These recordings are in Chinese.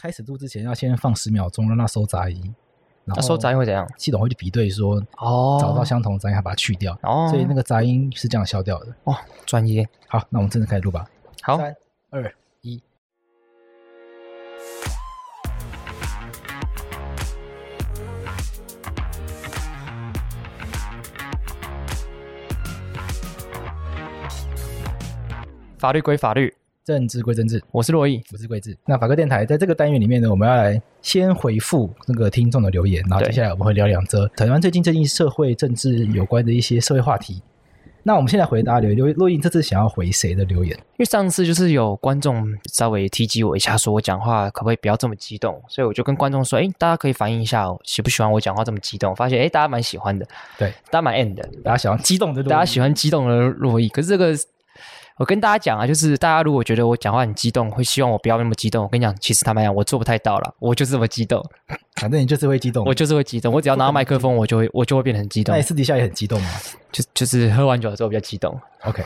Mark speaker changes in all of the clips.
Speaker 1: 开始录之前要先放十秒钟，让它收杂音，然
Speaker 2: 那
Speaker 1: 后
Speaker 2: 收杂音会怎样？
Speaker 1: 系统会去比对说
Speaker 2: 哦
Speaker 1: 找到相同杂音，它把它去掉，
Speaker 2: 哦
Speaker 1: 所以那个杂音是这样消掉的。
Speaker 2: 哇，专业。
Speaker 1: 好，那我们正式开始录吧。
Speaker 2: 好，
Speaker 1: 三二一，
Speaker 2: 法律归法律，
Speaker 1: 政治归政治，
Speaker 2: 我是洛毅。
Speaker 1: 我是桂智。那法科电台在这个单元里面呢，我们要来先回复那个听众的留言，然后接
Speaker 2: 对
Speaker 1: 下来我们会聊两则台湾最近最近社会政治有关的一些社会话题。那我们现在回答留言，刘洛英这次想要回谁的留言？
Speaker 2: 因为上次就是有观众稍微提及我一下，说我讲话可不可以不要这么激动，所以我就跟观众说，哎，大家可以反映一下喜不喜欢我讲话这么激动。发现哎，大家蛮喜欢的，
Speaker 1: 对，
Speaker 2: 大家蛮 end 的，
Speaker 1: 大家想要激动的洛伊，
Speaker 2: 大家喜欢激动的洛伊。可是这个，我跟大家讲啊，就是大家如果觉得我讲话很激动，会希望我不要那么激动。我跟你讲，其实坦白讲，我做不太到了，我就是这么激动，
Speaker 1: 哦反正你就是会激动
Speaker 2: 我。就是会激动，我只要拿到麦克风，我就会我就会变得很激
Speaker 1: 那
Speaker 2: 动
Speaker 1: 你，私底下也很激动吗
Speaker 2: 就就是喝完酒之后比较激动。
Speaker 1: ？OK，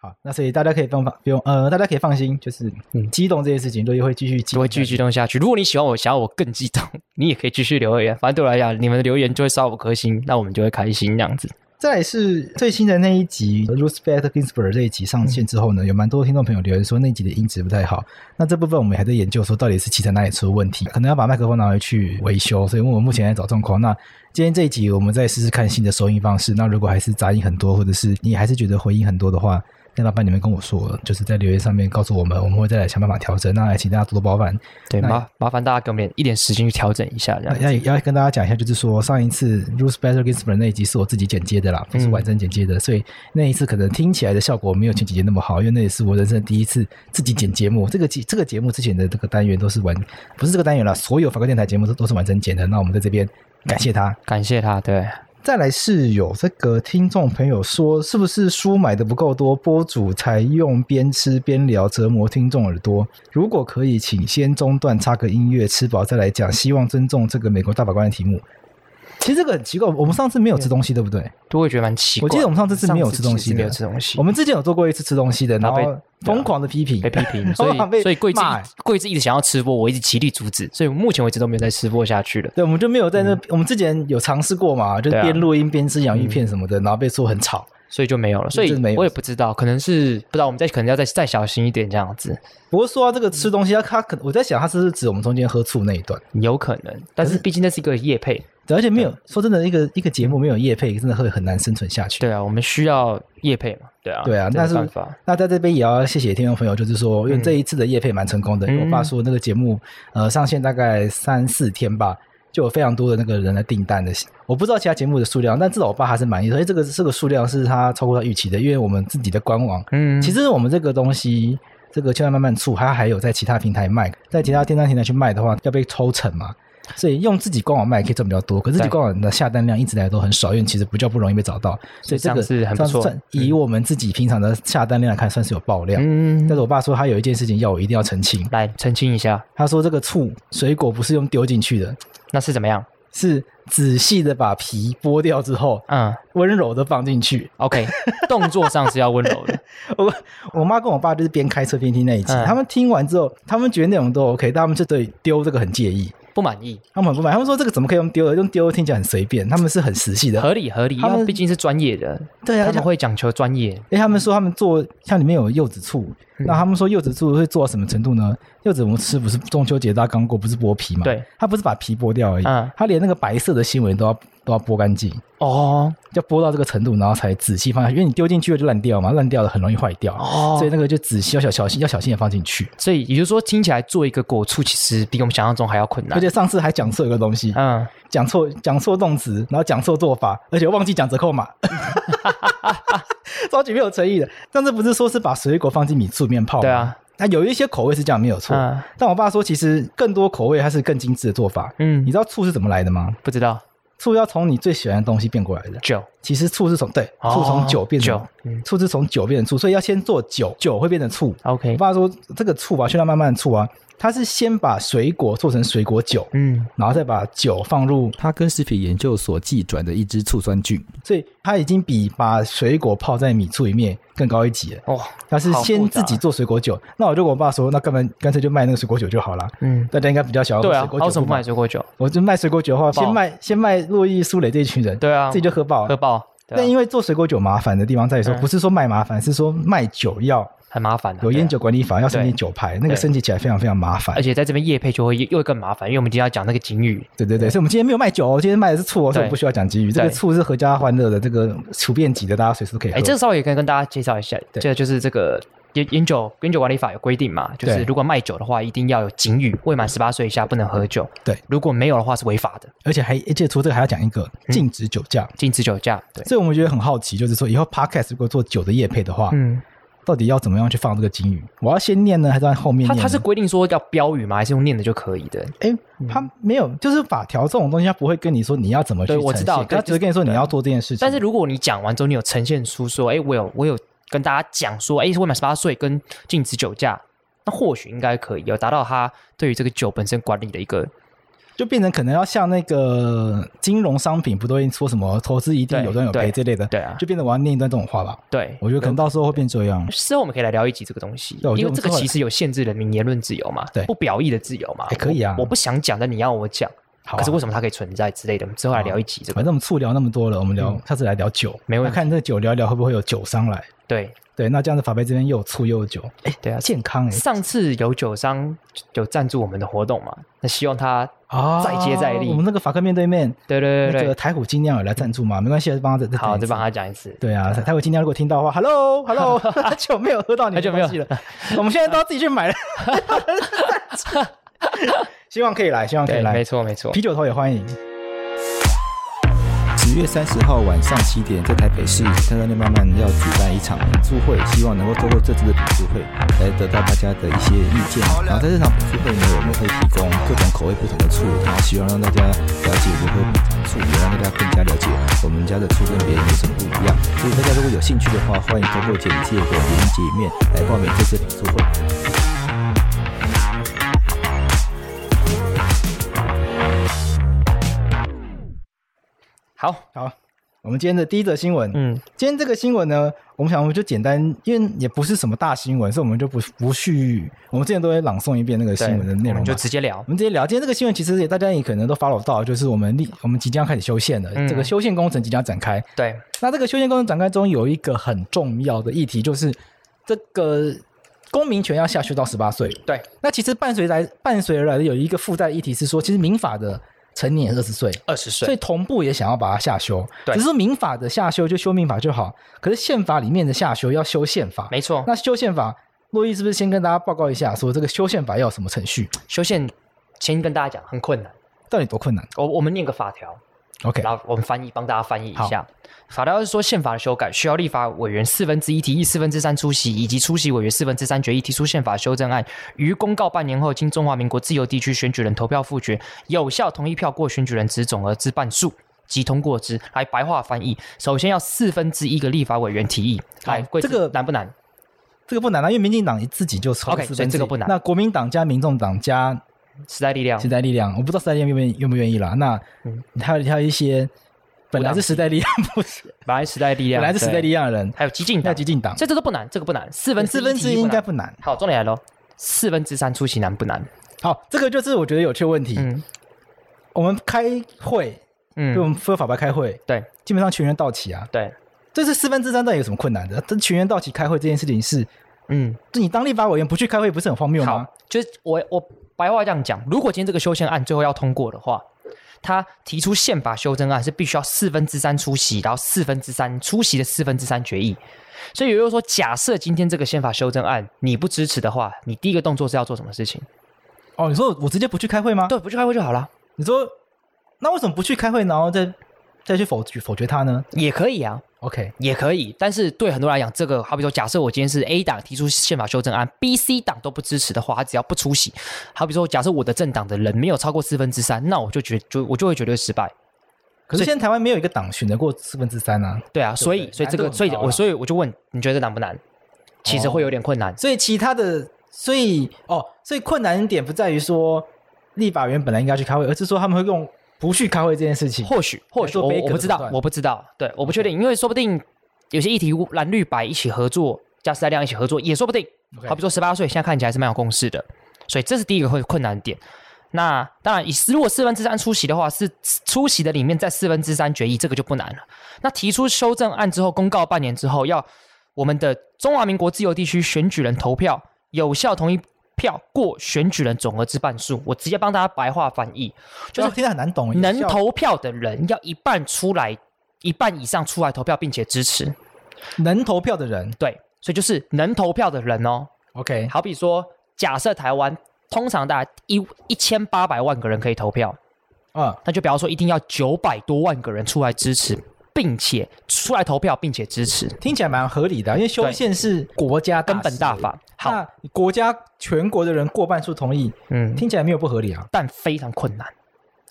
Speaker 1: 好，那所以大家可以放放不用呃，大家可以放心，就是
Speaker 2: 嗯
Speaker 1: 激动这件事情，洛伊会继续激
Speaker 2: 就
Speaker 1: 动
Speaker 2: 会继续激动下去。如果你喜欢我，想要我更激动， 你也可以继续留言。反正对我来讲，你们的留言就会烧五颗星，那我们就会开心这样子。
Speaker 1: 再来是最新的那一集 r u s p e c t Ginsburg 这一集上线之后
Speaker 2: 嗯
Speaker 1: 呢，有蛮多听众朋友留言说那一集的音质不太好。那这部分我们还在研究说到底是器材哪里出了问题，可能要把麦克风拿回去维修，所以我们目前在找状况。那今天这一集我们再试试看新的收音方式。那如果还是杂音很多，或者是你还是觉得回音很多的话，那麻烦你们跟我说，就是在留言上面告诉我们，我们会再来想办法调整。那也请大家多多包涵。
Speaker 2: 对，
Speaker 1: 那
Speaker 2: 麻麻烦大家给我们一点时间去调整一下，这样
Speaker 1: 那哎要也要跟大家讲一下，就是说上一次 Ruth Bader Ginsburg 那一集是我自己剪接的啦，不是
Speaker 2: 嗯
Speaker 1: 婉珍剪接的，所以那一次可能听起来的效果没有前几集那么好，因为那也是我人生第一次自己剪节目。这个节这个节目之前的这个单元都是完，不是这个单元啦，所有法国电台节目都都是婉珍剪的。那我们在这边感谢他。
Speaker 2: 感谢他。对，
Speaker 1: 再来是有这个听众朋友说，是不是书买的不够多，播主才用边吃边聊折磨听众耳朵？如果可以，请先中断插个音乐，吃饱再来讲。希望尊重这个美国大法官的题目。其实这个很奇怪，我们上次没有吃东西，对不对？
Speaker 2: 都会觉得蛮奇怪。
Speaker 1: 我记得我们上次是没有
Speaker 2: 上次
Speaker 1: 吃东西
Speaker 2: 其实
Speaker 1: 的
Speaker 2: 没有吃东西，
Speaker 1: 我们之前有做过一次吃东西的，然
Speaker 2: 然后被
Speaker 1: 后疯狂的批评
Speaker 2: 哎被批评，所
Speaker 1: 我怕被
Speaker 2: 以所以贵志
Speaker 1: 骂欸
Speaker 2: 贵志一直想要吃播，我一直极力阻止，所以目前为止都没有再吃播下去了。
Speaker 1: 对，我们就没有在那，我们之前有尝试过嘛，就是
Speaker 2: 嗯对啊
Speaker 1: 边录音边吃洋芋片什么的，然后被说很吵。
Speaker 2: 所以就没有了，所以
Speaker 1: 真的没有
Speaker 2: 我也不知道，可能是不知道我们再可能要再再小心一点这样子，
Speaker 1: 不过说到这个吃东西，他他可我在想，他是不是指我们中间喝醋那一段？
Speaker 2: 有可能，但是毕竟那是一个业配，
Speaker 1: 对，而且没有说真的，一个一个节目没有业配，真的会很难生存下去。
Speaker 2: 对啊，我们需要业配嘛，对啊，
Speaker 1: 对啊，
Speaker 2: 这
Speaker 1: 但
Speaker 2: 没
Speaker 1: 是
Speaker 2: 办法，
Speaker 1: 那在这边也要谢谢听众朋友，就是说，因为这一次的业配蛮成功的，因为我爸
Speaker 2: 嗯
Speaker 1: 说那个节目呃上线大概三四天吧，就有非常多的那个人来订单的。我不知道其他节目的数量，但至少我爸还是满意的，所以这个这个数量是他超过他预期的，因为我们自己的官网
Speaker 2: 嗯，
Speaker 1: 其实我们这个东西，这个千万慢慢处，它还有在其他平台卖，在其他电商平台去卖的话，要被抽成嘛。所以用自己官网卖可以赚比较多，可是自己
Speaker 2: 对
Speaker 1: 官网的下单量一直以来都很少，因为其实比较不容易被找到，所以这个
Speaker 2: 这样是很不错
Speaker 1: 算以我们自己平常的下单量来看，算是有爆量。
Speaker 2: 嗯，
Speaker 1: 但是我爸说他有一件事情要我一定要澄清，
Speaker 2: 来澄清一下，
Speaker 1: 他说这个醋水果不是用丢进去的，
Speaker 2: 那是怎么样？
Speaker 1: 是仔细的把皮剥掉之后，
Speaker 2: 嗯
Speaker 1: 温柔的放进去。
Speaker 2: ，OK，动作上是要温柔的，
Speaker 1: 我我妈跟我爸就是边开车边听那一集，
Speaker 2: 嗯
Speaker 1: 他们听完之后，他们觉得内容都 OK，但他们就对丢这个很介意，
Speaker 2: 不满意，
Speaker 1: 他们很不满，他们说这个怎么可以用丢的？用丢听起来很随便，他们是很实细的。
Speaker 2: 合理合理，
Speaker 1: 他
Speaker 2: 因
Speaker 1: 们
Speaker 2: 为毕竟是专业的，
Speaker 1: 对啊，
Speaker 2: 他
Speaker 1: 而且
Speaker 2: 们会讲求专业，
Speaker 1: 因为他们说他们做像里面有柚子醋，
Speaker 2: 嗯
Speaker 1: 那他们说柚子醋会做到什么程度呢？柚子我们吃不是中秋节大家刚过，不是剥皮嘛？
Speaker 2: 对，
Speaker 1: 他不是把皮剥掉而已，
Speaker 2: 嗯
Speaker 1: 他连那个白色的新闻都要都要剥干净。
Speaker 2: 哦
Speaker 1: 要剥到这个程度，然后才仔细放下去，因为你丢进去了就烂掉嘛，烂掉了很容易坏掉，
Speaker 2: 哦
Speaker 1: 所以，那个就仔细要小小心要小心的放进去。
Speaker 2: 所以也就是说，听起来做一个果醋其实比我们想象中还要困
Speaker 1: 而
Speaker 2: 难，
Speaker 1: 且上次还讲错一个东西，
Speaker 2: 嗯，
Speaker 1: 讲错讲错动词，然后讲错做法，而且忘记讲折扣 码，超级没有诚意的。上次不是说是把水果放进米醋里面泡吗？
Speaker 2: 对啊，
Speaker 1: 那有一些口味是这样没有错，
Speaker 2: 嗯
Speaker 1: 但我爸说其实更多口味它是更精致的做法。
Speaker 2: 嗯
Speaker 1: 你知道醋是怎么来的吗？
Speaker 2: 不知道
Speaker 1: 醋要从你最喜欢的东西变过来的。
Speaker 2: 酒，
Speaker 1: 其实醋是从对
Speaker 2: 哦
Speaker 1: 醋从酒变成、
Speaker 2: 酒嗯
Speaker 1: 醋是从酒变成醋，所以要先做酒，酒会变成醋。
Speaker 2: OK
Speaker 1: 我爸说这个醋啊，现在慢慢的醋啊，它是先把水果做成水果酒，
Speaker 2: 嗯，
Speaker 1: 然后再把酒放入，
Speaker 3: 它跟食品研究所寄转的一支醋酸菌，
Speaker 1: 所以它已经比把水果泡在米醋里面更高一级了。
Speaker 2: 哇，
Speaker 1: 它是
Speaker 2: 好复
Speaker 1: 先
Speaker 2: 杂
Speaker 1: 自己，做水果酒，那我就跟我爸说，那干嘛干脆就卖那个水果酒就好了。
Speaker 2: 嗯，
Speaker 1: 大家应该比较想要喝
Speaker 2: 对
Speaker 1: 水
Speaker 2: 啊，
Speaker 1: 果
Speaker 2: 啊为
Speaker 1: 酒
Speaker 2: 什么
Speaker 1: 不
Speaker 2: 不买
Speaker 1: 买，
Speaker 2: 水果酒？
Speaker 1: 我就卖水果酒的话，
Speaker 2: 爆
Speaker 1: 先卖先卖洛伊苏蕾这一群人，
Speaker 2: 对啊，
Speaker 1: 自己就喝爆了
Speaker 2: 喝爆，对啊
Speaker 1: 但因为做水果酒麻烦的地方在于说，
Speaker 2: 嗯
Speaker 1: 不是说卖麻烦，是说卖酒要
Speaker 2: 很麻烦的，
Speaker 1: 有
Speaker 2: 对啊
Speaker 1: 烟酒，管理法，要申请
Speaker 2: 对
Speaker 1: 酒牌，那个申请起来非常非常麻烦
Speaker 2: 而。且在这边夜配就会又又会更麻烦，因为我们今天要讲那个警语，
Speaker 1: 对对对，所以我们今天没有卖酒哦，今天卖的是醋哦，所以我们不需要讲基语。这个
Speaker 2: 对
Speaker 1: 醋是合家欢乐的，这个处变级的，大家随时都可以喝。
Speaker 2: 哎，这个稍微也可以跟大家介绍一下，
Speaker 1: 对
Speaker 2: 这个就是这个。烟烟酒烟酒管理法有规定嘛，就是
Speaker 1: 对
Speaker 2: 如果卖酒的话，一定要有警语，未满十八岁以下不能喝酒。
Speaker 1: 对，
Speaker 2: 如果没有的话是违法的，
Speaker 1: 而且还而且除这个还要讲一个
Speaker 2: 嗯
Speaker 1: 禁止酒驾。
Speaker 2: 禁止酒驾。对，
Speaker 1: 所以我们觉得很好奇，就是说以后 podcast 如果做酒的业配的话，
Speaker 2: 嗯，
Speaker 1: 到底要怎么样去放这个金语？我要先念呢，还是在后面
Speaker 2: 它
Speaker 1: 念呢？
Speaker 2: 它是规定说要标语吗？还是用念的就可以的？
Speaker 1: 哎，他没有，就是法条这种东西，他不会跟你说你要怎么去
Speaker 2: 对
Speaker 1: 呈现，
Speaker 2: 我知道对
Speaker 1: 他只会跟你说你要做这件事情。
Speaker 2: 但是如果你讲完之后，你有呈现出说，哎，我有我有跟大家讲说，哎，未满十八岁跟禁止酒驾，那或许应该可以有达到他对于这个酒本身管理的一个
Speaker 1: 就变成可能要像那个金融商品，不都会说什么投资一定
Speaker 2: 对
Speaker 1: 有赚有赔
Speaker 2: 对
Speaker 1: 这类的，
Speaker 2: 对啊
Speaker 1: 就变成我要念一段这种话吧。
Speaker 2: 对。
Speaker 1: 我觉得可能到时候会变这样。
Speaker 2: 事后我们可以来聊一集这个东西
Speaker 1: 对我，觉
Speaker 2: 因
Speaker 1: 得
Speaker 2: 为这个
Speaker 1: 我们之后
Speaker 2: 其实有限制人民言论自由嘛，
Speaker 1: 对
Speaker 2: 不表意的自由嘛，
Speaker 1: 哎可以啊
Speaker 2: 我我不想讲，但你要我讲，
Speaker 1: 好啊啊
Speaker 2: 可是为什么它可以存在之类的，我们之后来聊一集这
Speaker 1: 反
Speaker 2: 个。
Speaker 1: 正我们醋聊那么多了，我们聊、下次来聊酒，
Speaker 2: 嗯没问
Speaker 1: 那
Speaker 2: 题
Speaker 1: 看这酒聊一聊会不会有酒商来？
Speaker 2: 对
Speaker 1: 对，那这样子法白这边又有醋又有酒，哎，
Speaker 2: 对啊，
Speaker 1: 健康哎、
Speaker 2: 上次有酒商有赞助我们的活动嘛，那希望他
Speaker 1: 啊
Speaker 2: 再接再厉
Speaker 1: 我们那个法克面对面，
Speaker 2: 对对
Speaker 1: 那
Speaker 2: 对
Speaker 1: 个
Speaker 2: 对，
Speaker 1: 台虎精酿有来赞助吗？没关系，帮他再再
Speaker 2: 好，
Speaker 1: 再
Speaker 2: 再帮他讲一次。
Speaker 1: 对啊，台虎精酿如果听到的话，Hello Hello，很久没有喝到你的
Speaker 2: 很久没有
Speaker 1: 东西了，我们现在都要自己去 买了。 希望可以来，希望可以
Speaker 2: 对，
Speaker 1: 来
Speaker 2: 没，错没错
Speaker 1: 啤。酒头也欢迎。
Speaker 3: 十月三十号晚上七点，在台北市三三六慢慢要举办一场品书会，希望能够透过这次的品书会来得到大家的一些意见。然后在这场品书会呢，我们会提供各种口味不同的醋，然后希望让大家了解如何品尝醋，也让大家更加了解我们家的醋跟别人有什么不一样。所以大家如果有兴趣的话，欢迎通过简介的连接里面来报名这次品书会。
Speaker 2: 好，
Speaker 1: 好，我们今天的第一则新闻，
Speaker 2: 嗯，
Speaker 1: 今天这个新闻呢，我们想我们就简单，因为也不是什么大新闻，所以我们就不不去，我们之前都会朗诵一遍那个
Speaker 2: 对
Speaker 1: 新闻的内容
Speaker 2: 我们就
Speaker 1: 嘛。
Speaker 2: 直接聊
Speaker 1: 我。们直接聊，今天这个新闻其实也大家也可能都 follow 到，就是我们立我们即将开始修宪了，
Speaker 2: 嗯
Speaker 1: 这个修宪工程即将展开。
Speaker 2: 对，
Speaker 1: 那这个修宪工程展开中有一个很重要的议题，就是这个公民权要下修到十八岁。
Speaker 2: 对，
Speaker 1: 那其实伴随来伴随而来的有一个附带议题是说，其实民法的成年二十岁，
Speaker 2: 二十岁，
Speaker 1: 所以同步也想要把它下修。
Speaker 2: 对
Speaker 1: 只是说民法的下修就修民法就好，可是宪法里面的下修要修宪法。
Speaker 2: 没错。
Speaker 1: 那修宪法，洛伊是不是先跟大家报告一下，说这个修宪法要有什么程序？
Speaker 2: 修宪先跟大家讲，很困难。
Speaker 1: 到底多困难
Speaker 2: 我我们念个法条，
Speaker 1: ？OK，
Speaker 2: 然后我们翻译帮大家翻译一下。法条是说，宪法的修改需要立法委员四分之一提议四分之三出席，以及出席委员四分之三决议提出宪法修正案，于公告半年后，经中华民国自由地区选举人投票复决，有效同意票过选举人之总额之半数。即通过之，来白话翻译。首先要四分之一个立法委员提议，来，
Speaker 1: 好
Speaker 2: 贵
Speaker 1: 这
Speaker 2: 子
Speaker 1: 个
Speaker 2: 难不难？
Speaker 1: 这个不难啊，因为民进党自己就超
Speaker 2: OK，
Speaker 1: 四
Speaker 2: 所
Speaker 1: 分
Speaker 2: 以
Speaker 1: 之
Speaker 2: 这
Speaker 1: 一
Speaker 2: 个不难
Speaker 1: 那国民党加民众党加
Speaker 2: 时代力量
Speaker 1: 时代力量，我不知道时代力量愿不愿意愿不愿意啦。那
Speaker 2: 嗯
Speaker 1: 还有还有一些本来是时代力量，不是
Speaker 2: 本来时代力
Speaker 1: 本
Speaker 2: 量，
Speaker 1: 来是时代力
Speaker 2: 量，
Speaker 1: 量的人，
Speaker 2: 还有激进
Speaker 1: 要
Speaker 2: 党，
Speaker 1: 激进党，
Speaker 2: 这这都不难，这个不难，四分之
Speaker 1: 四分之一应该
Speaker 2: 不
Speaker 1: 不难
Speaker 2: 难。。好，重点来喽，四分之三出席难不难？
Speaker 1: 好，这个就是我觉得有趣的问题。
Speaker 2: 嗯
Speaker 1: 我们开会，就我
Speaker 2: 嗯，
Speaker 1: 们非法白开会，
Speaker 2: 对
Speaker 1: 基本上全员到齐啊。
Speaker 2: 对，
Speaker 1: 这是四分之三，到底有什么困难的？这全员到齐开会这件事情是，
Speaker 2: 嗯，
Speaker 1: 就你当立法委员不去开会，不是很荒谬吗
Speaker 2: 好？，就是我我白话这样讲，如果今天这个修宪案最后要通过的话，他提出宪法修正案是必须要四分之三出席，然后四分之三出席的四分之三决议。所以也就是说，假设今天这个宪法修正案你不支持的话，你第一个动作是要做什么事情？
Speaker 1: 哦，你说我直接不去开会吗？
Speaker 2: 对，不去开会就好了，
Speaker 1: 你说那为什么不去开会，然后再再去否决否决他呢？
Speaker 2: 也可以啊。
Speaker 1: OK，
Speaker 2: 也可以，但是对很多人来讲，这个好比说，假设我今天是 A 党提出宪法修正案，B、C 党都不支持的话，他只要不出席，好比说，假设我的政党的人没有超过四分之三，那我就觉就我就会觉得失败。
Speaker 1: 可是现在台湾没有一个党选得过四分之三啊，
Speaker 2: 对啊，所以
Speaker 1: 对
Speaker 2: 所以
Speaker 1: 难
Speaker 2: 这个
Speaker 1: 度很
Speaker 2: 所以
Speaker 1: 高啊
Speaker 2: 我所以我就问，你觉得难不难？其实会有点困难。
Speaker 1: 所以其他的，所以哦，所以困难点不在于说立法员本来应该去开会，而是说他们会用不去开会这件事情。
Speaker 2: 或许或许
Speaker 1: 做
Speaker 2: 我
Speaker 1: 杯
Speaker 2: 我
Speaker 1: 葛
Speaker 2: 不
Speaker 1: 的
Speaker 2: 知
Speaker 1: 手
Speaker 2: 道
Speaker 1: 段，
Speaker 2: 我不知道，对，我不确定，因为说不定有些议题蓝绿白一起合作，加时代量一起合作也说不定。
Speaker 1: OK
Speaker 2: 好比说十八岁，现在看起来是蛮有共识的，所以这是第一个会困难点。那当然，以如果四分之三出席的话，是出席的里面在四分之三决议，这个就不难了。那提出修正案之后，公告半年之后，要我们的中华民国自由地区选举人投票有效同意票过选举人总额之半数。我直接帮大家白话翻译，
Speaker 1: 就
Speaker 2: 就
Speaker 1: 是
Speaker 2: 是
Speaker 1: 听得很难懂，
Speaker 2: 哦能
Speaker 1: 效
Speaker 2: 投票的人要一半出来，一半以上出来投票，并且支持。
Speaker 1: 能投票的人
Speaker 2: 对，所以就是能投票的人哦。
Speaker 1: ，OK，
Speaker 2: 好比说，假设台湾通常大概一一千八百万个人可以投票，
Speaker 1: 啊，
Speaker 2: 那就不要说一定要九百多万个人出来支持，并且出来投票，并且支持。
Speaker 1: 听起来蛮合理的啊，因为修
Speaker 2: 对
Speaker 1: 宪是国家
Speaker 2: 根本大
Speaker 1: 事，
Speaker 2: 法好，
Speaker 1: 那国家全国的人过半数同意，
Speaker 2: 嗯，
Speaker 1: 听起来没有不合理啊。
Speaker 2: 但非常困难。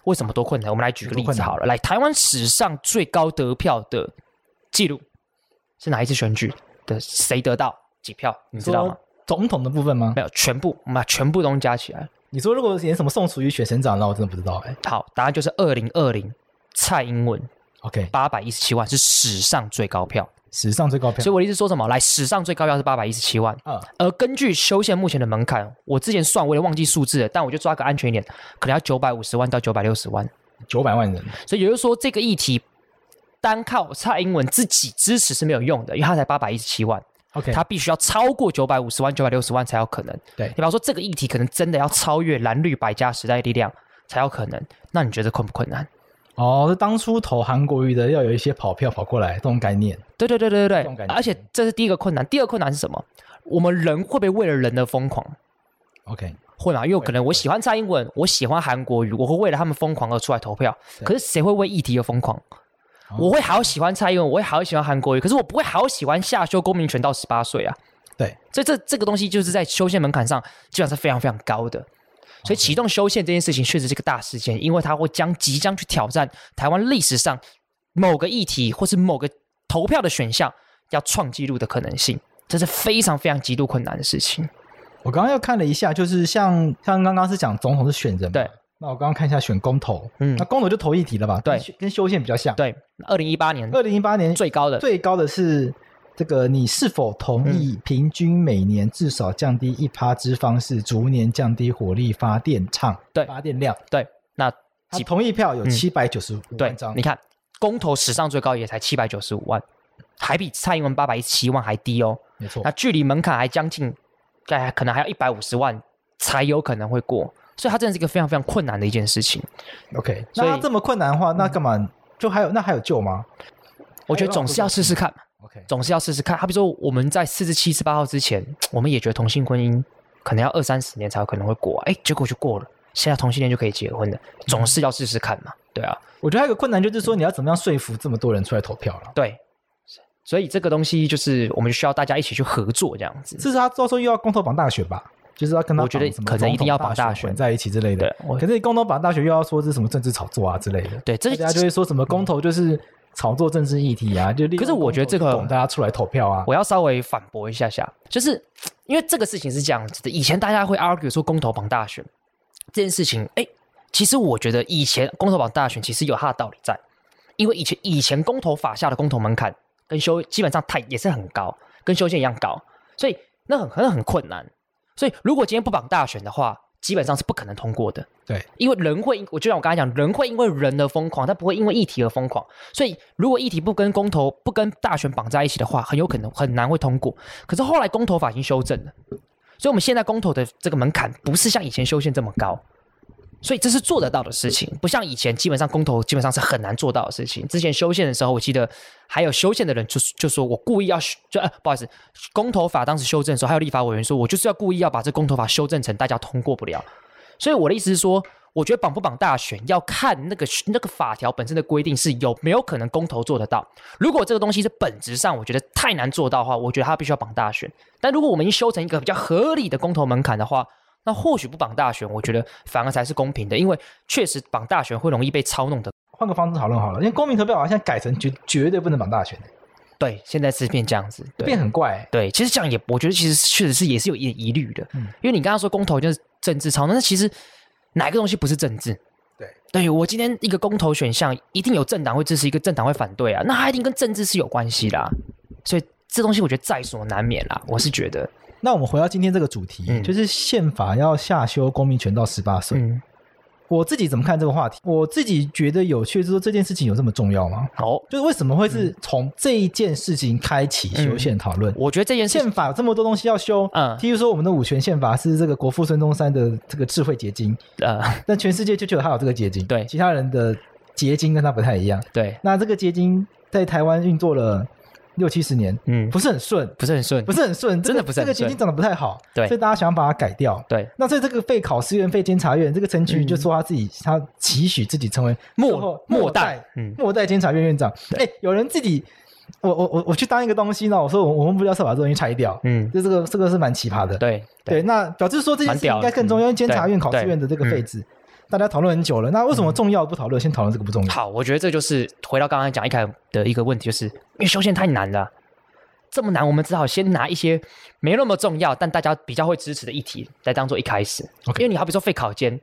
Speaker 2: 为什么多困难？我们来举个例
Speaker 1: 多困
Speaker 2: 子
Speaker 1: 难
Speaker 2: 好了。来，台湾史上最高得票的记录是哪一次选举的？谁得到几票？你知道吗
Speaker 1: 说？总统的部分吗
Speaker 2: 没？有，全部，我们把全部东西加起来。
Speaker 1: 你说如果连什么宋楚瑜选省长，那我真的不知道哎。
Speaker 2: 好，答案就是二零二零，蔡英文
Speaker 1: OK，
Speaker 2: 八百一十七万是史上最高票。
Speaker 1: 史上最高票
Speaker 2: 所以我的意思是说什么？来，史上最高票是八百一十七万。
Speaker 1: 啊，
Speaker 2: 而根据修宪目前的门槛，我之前算我也忘记数字了，但我就抓个安全一点，可能要九百五十万到九百六十万。
Speaker 1: 九百万人，
Speaker 2: 所以也就是说，这个议题单靠蔡英文自己支持是没有用的，因为他才八百一十七万，
Speaker 1: OK，
Speaker 2: 他必须要超过九百五十万、九百六十万才有可能。
Speaker 1: 对
Speaker 2: 比方说这个议题可能真的要超越蓝绿白加时代力量才有可能。那你觉得困不困难？
Speaker 1: 哦，是当初投韩国瑜的要有一些跑票跑过来这种概念。
Speaker 2: 对对对对对
Speaker 1: 这种
Speaker 2: 对，
Speaker 1: 感觉
Speaker 2: 而且这是第一个困难。第二个困难是什么？我们人会不会为了人而疯狂？
Speaker 1: OK，
Speaker 2: 会嘛？因为可能我喜欢蔡英文，我喜欢韩国瑜，我会为了他们疯狂而出来投票。
Speaker 1: 对
Speaker 2: 可是谁会为议题而疯狂？我会好喜欢蔡英文，我会好喜欢韩国瑜，可是我不会好喜欢下修公民权到十八岁啊。
Speaker 1: 对，
Speaker 2: 所以这这个东西就是在修宪门槛上基本上是非常非常高的。所以启动修宪这件事情确实是个大事件，因为它会将即将去挑战台湾历史上某个议题或是某个投票的选项要创纪录的可能性，这是非常非常极度困难的事情。
Speaker 1: 我刚刚又看了一下，就是像像刚刚是讲总统是选人嘛，
Speaker 2: 对。
Speaker 1: 那我刚刚看一下选公投，
Speaker 2: 嗯
Speaker 1: 那公投就投议题了吧？
Speaker 2: 对
Speaker 1: 跟，跟修宪比较像。，
Speaker 2: 对，二零一八年
Speaker 1: 二零一八年
Speaker 2: 最高的
Speaker 1: 最高的是这个，你是否同意平均每年至少降低一趴之方式，逐年降低火力发电厂
Speaker 2: 对
Speaker 1: 发电量？
Speaker 2: 对，那
Speaker 1: 他
Speaker 2: 几
Speaker 1: 同意票有
Speaker 2: 嗯
Speaker 1: 七百九十五
Speaker 2: 对
Speaker 1: 万张，，
Speaker 2: 你看公投史上最高也才七百九十五万，还比蔡英文八百一十七万还低哦。
Speaker 1: 没错
Speaker 2: 那。距离门槛还将近，哎，可能还要一百五十万才有可能会过，所以它真的是一个非常非常困难的一件事情。
Speaker 1: OK，
Speaker 2: 所以
Speaker 1: 那他这么困难的话，那干嘛？就还有那还有救吗
Speaker 2: 我觉得总是要试试看嘛，
Speaker 1: ？OK，
Speaker 2: 总是要试试看。好比说我们在四十七、十八号之前，我们也觉得同性婚姻可能要二三十年才有可能会过、啊，哎，结果就过了。现在同性恋就可以结婚了，总是要试试看嘛，对啊。
Speaker 1: 我觉得还有个困难就是说，你要怎么样说服这么多人出来投票了？
Speaker 2: 对，所以这个东西就是我们需要大家一起去合作这样子。
Speaker 1: 至少他到时候又要公投绑大选吧？就是要跟他
Speaker 2: 我觉得
Speaker 1: 绑什么
Speaker 2: 可能一定要
Speaker 1: 总统
Speaker 2: 绑
Speaker 1: 大
Speaker 2: 大
Speaker 1: 选
Speaker 2: 选
Speaker 1: 混在一起之类的
Speaker 2: 对。我
Speaker 1: 可是公投绑大选又要说这是什么政治炒作啊之类的。
Speaker 2: 对，这
Speaker 1: 大家就会说什么公投就是炒作政治议题啊，就利用
Speaker 2: 嗯可是我觉得这个
Speaker 1: 公投去拱大家出来投票啊。
Speaker 2: 我要稍微反驳一下下，就是因为这个事情是这样子的，以前大家会 argue 说公投绑大选这件事情，哎，其实我觉得以前公投绑大选其实有它的道理在，因为以前以前公投法下的公投门槛跟修基本上它也是很高，跟修宪一样高，所以那很很很困难。所以如果今天不绑大选的话，基本上是不可能通过的。
Speaker 1: 对，
Speaker 2: 因为人会因，我就像我刚才讲，人会因为人而疯狂，但不会因为议题而疯狂。所以，如果议题不跟公投、不跟大选绑在一起的话，很有可能很难会通过。可是后来公投法已经修正了，所以我们现在公投的这个门槛不是像以前修宪这么高，所以这是做得到的事情，不像以前基本上公投基本上是很难做到的事情。之前修宪的时候，我记得还有修宪的人就就说我故意要修就、呃、不好意思，公投法当时修正的时候，还有立法委员说我就是要故意要把这公投法修正成大家通过不了。所以我的意思是说，我觉得绑不绑大选要看那个那个法条本身的规定是有没有可能公投做得到。如果这个东西是本质上我觉得太难做到的话，我觉得它必须要绑大选。但如果我们已经修成一个比较合理的公投门槛的话，那或许不绑大选，我觉得反而才是公平的，因为确实绑大选会容易被操弄的。
Speaker 1: 换个方式讨论好了，因为公民投票好像改成绝绝对不能绑大选，
Speaker 2: 对，现在是变这样子，对
Speaker 1: 变很怪、欸。
Speaker 2: 对，其实这样也，我觉得其实确实是也是有一点疑虑的，
Speaker 1: 嗯
Speaker 2: 因为你刚刚说公投就是政治操弄，那其实哪一个东西不是政治？
Speaker 1: 对，
Speaker 2: 对我今天一个公投选项，一定有政党会支持，一个政党会反对啊，那它一定跟政治是有关系的、啊，所以这东西我觉得在所难免啦，我是觉得，
Speaker 1: 那我们回到今天这个主题，
Speaker 2: 嗯
Speaker 1: 就是宪法要下修公民权到十八岁。
Speaker 2: 嗯，
Speaker 1: 我自己怎么看这个话题？我自己觉得有趣，是说这件事情有这么重要吗？
Speaker 2: 好，
Speaker 1: 就是为什么会
Speaker 2: 嗯
Speaker 1: 是从这一件事情开启修宪讨论？
Speaker 2: 我觉得这件事
Speaker 1: 宪法有这么多东西要修，
Speaker 2: 嗯
Speaker 1: 譬如说我们的五权宪法是这个国父孙中山的这个智慧结晶，
Speaker 2: 呃，
Speaker 1: 但全世界就只有他有这个结晶，
Speaker 2: 对
Speaker 1: 其他人的结晶跟他不太一样。
Speaker 2: 对，
Speaker 1: 那这个结晶在台湾运作了六七十年，
Speaker 2: 嗯，
Speaker 1: 不是很顺，
Speaker 2: 不是很顺，
Speaker 1: 不是很顺，这
Speaker 2: 真
Speaker 1: 个
Speaker 2: 的不是很
Speaker 1: 这个结晶
Speaker 2: 顺
Speaker 1: 长得不太好，
Speaker 2: 对
Speaker 1: 所以大家想把它改掉。
Speaker 2: 对，
Speaker 1: 那所以这个废考试院、废监察院这个陈菊
Speaker 2: 嗯
Speaker 1: 就说他自己，他期许自己成为最
Speaker 2: 末
Speaker 1: 后
Speaker 2: 末
Speaker 1: 末代
Speaker 2: 代，嗯，
Speaker 1: 末代监察院院长。哎，有人自己，我我我我去当一个东西呢，我说我我们不要是把这东西拆掉，
Speaker 2: 嗯
Speaker 1: 就这个这个是蛮奇葩的。
Speaker 2: 对
Speaker 1: 对，那表示说这件
Speaker 2: 蛮
Speaker 1: 事
Speaker 2: 屌
Speaker 1: 应该更重要，因
Speaker 2: 的
Speaker 1: 为监察院、
Speaker 2: 嗯
Speaker 1: 考试院的这个
Speaker 2: 对
Speaker 1: 废止，大家讨论很久了。那为什么重要不讨论，先讨论这个不重要？
Speaker 2: 好，我觉得这就是回到刚刚讲一开始的一个问题，就是因为修宪太难了，这么难，我们只好先拿一些没那么重要，但大家比较会支持的议题来当做一开始。
Speaker 1: OK
Speaker 2: 因为你好比说废考监，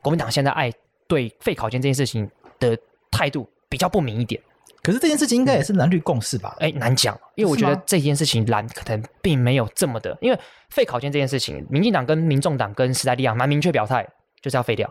Speaker 2: 国民党现在爱对废考监这件事情的态度比较不明一点，
Speaker 1: 可是这件事情应该
Speaker 2: 嗯
Speaker 1: 也是蓝绿共识吧？
Speaker 2: 哎，难讲，因为我觉
Speaker 1: 是
Speaker 2: 得
Speaker 1: 吗
Speaker 2: 这件事情蓝可能并没有这么的，因为废考监这件事情，民进党跟民众党跟时代力量蛮明确表态就是要废掉，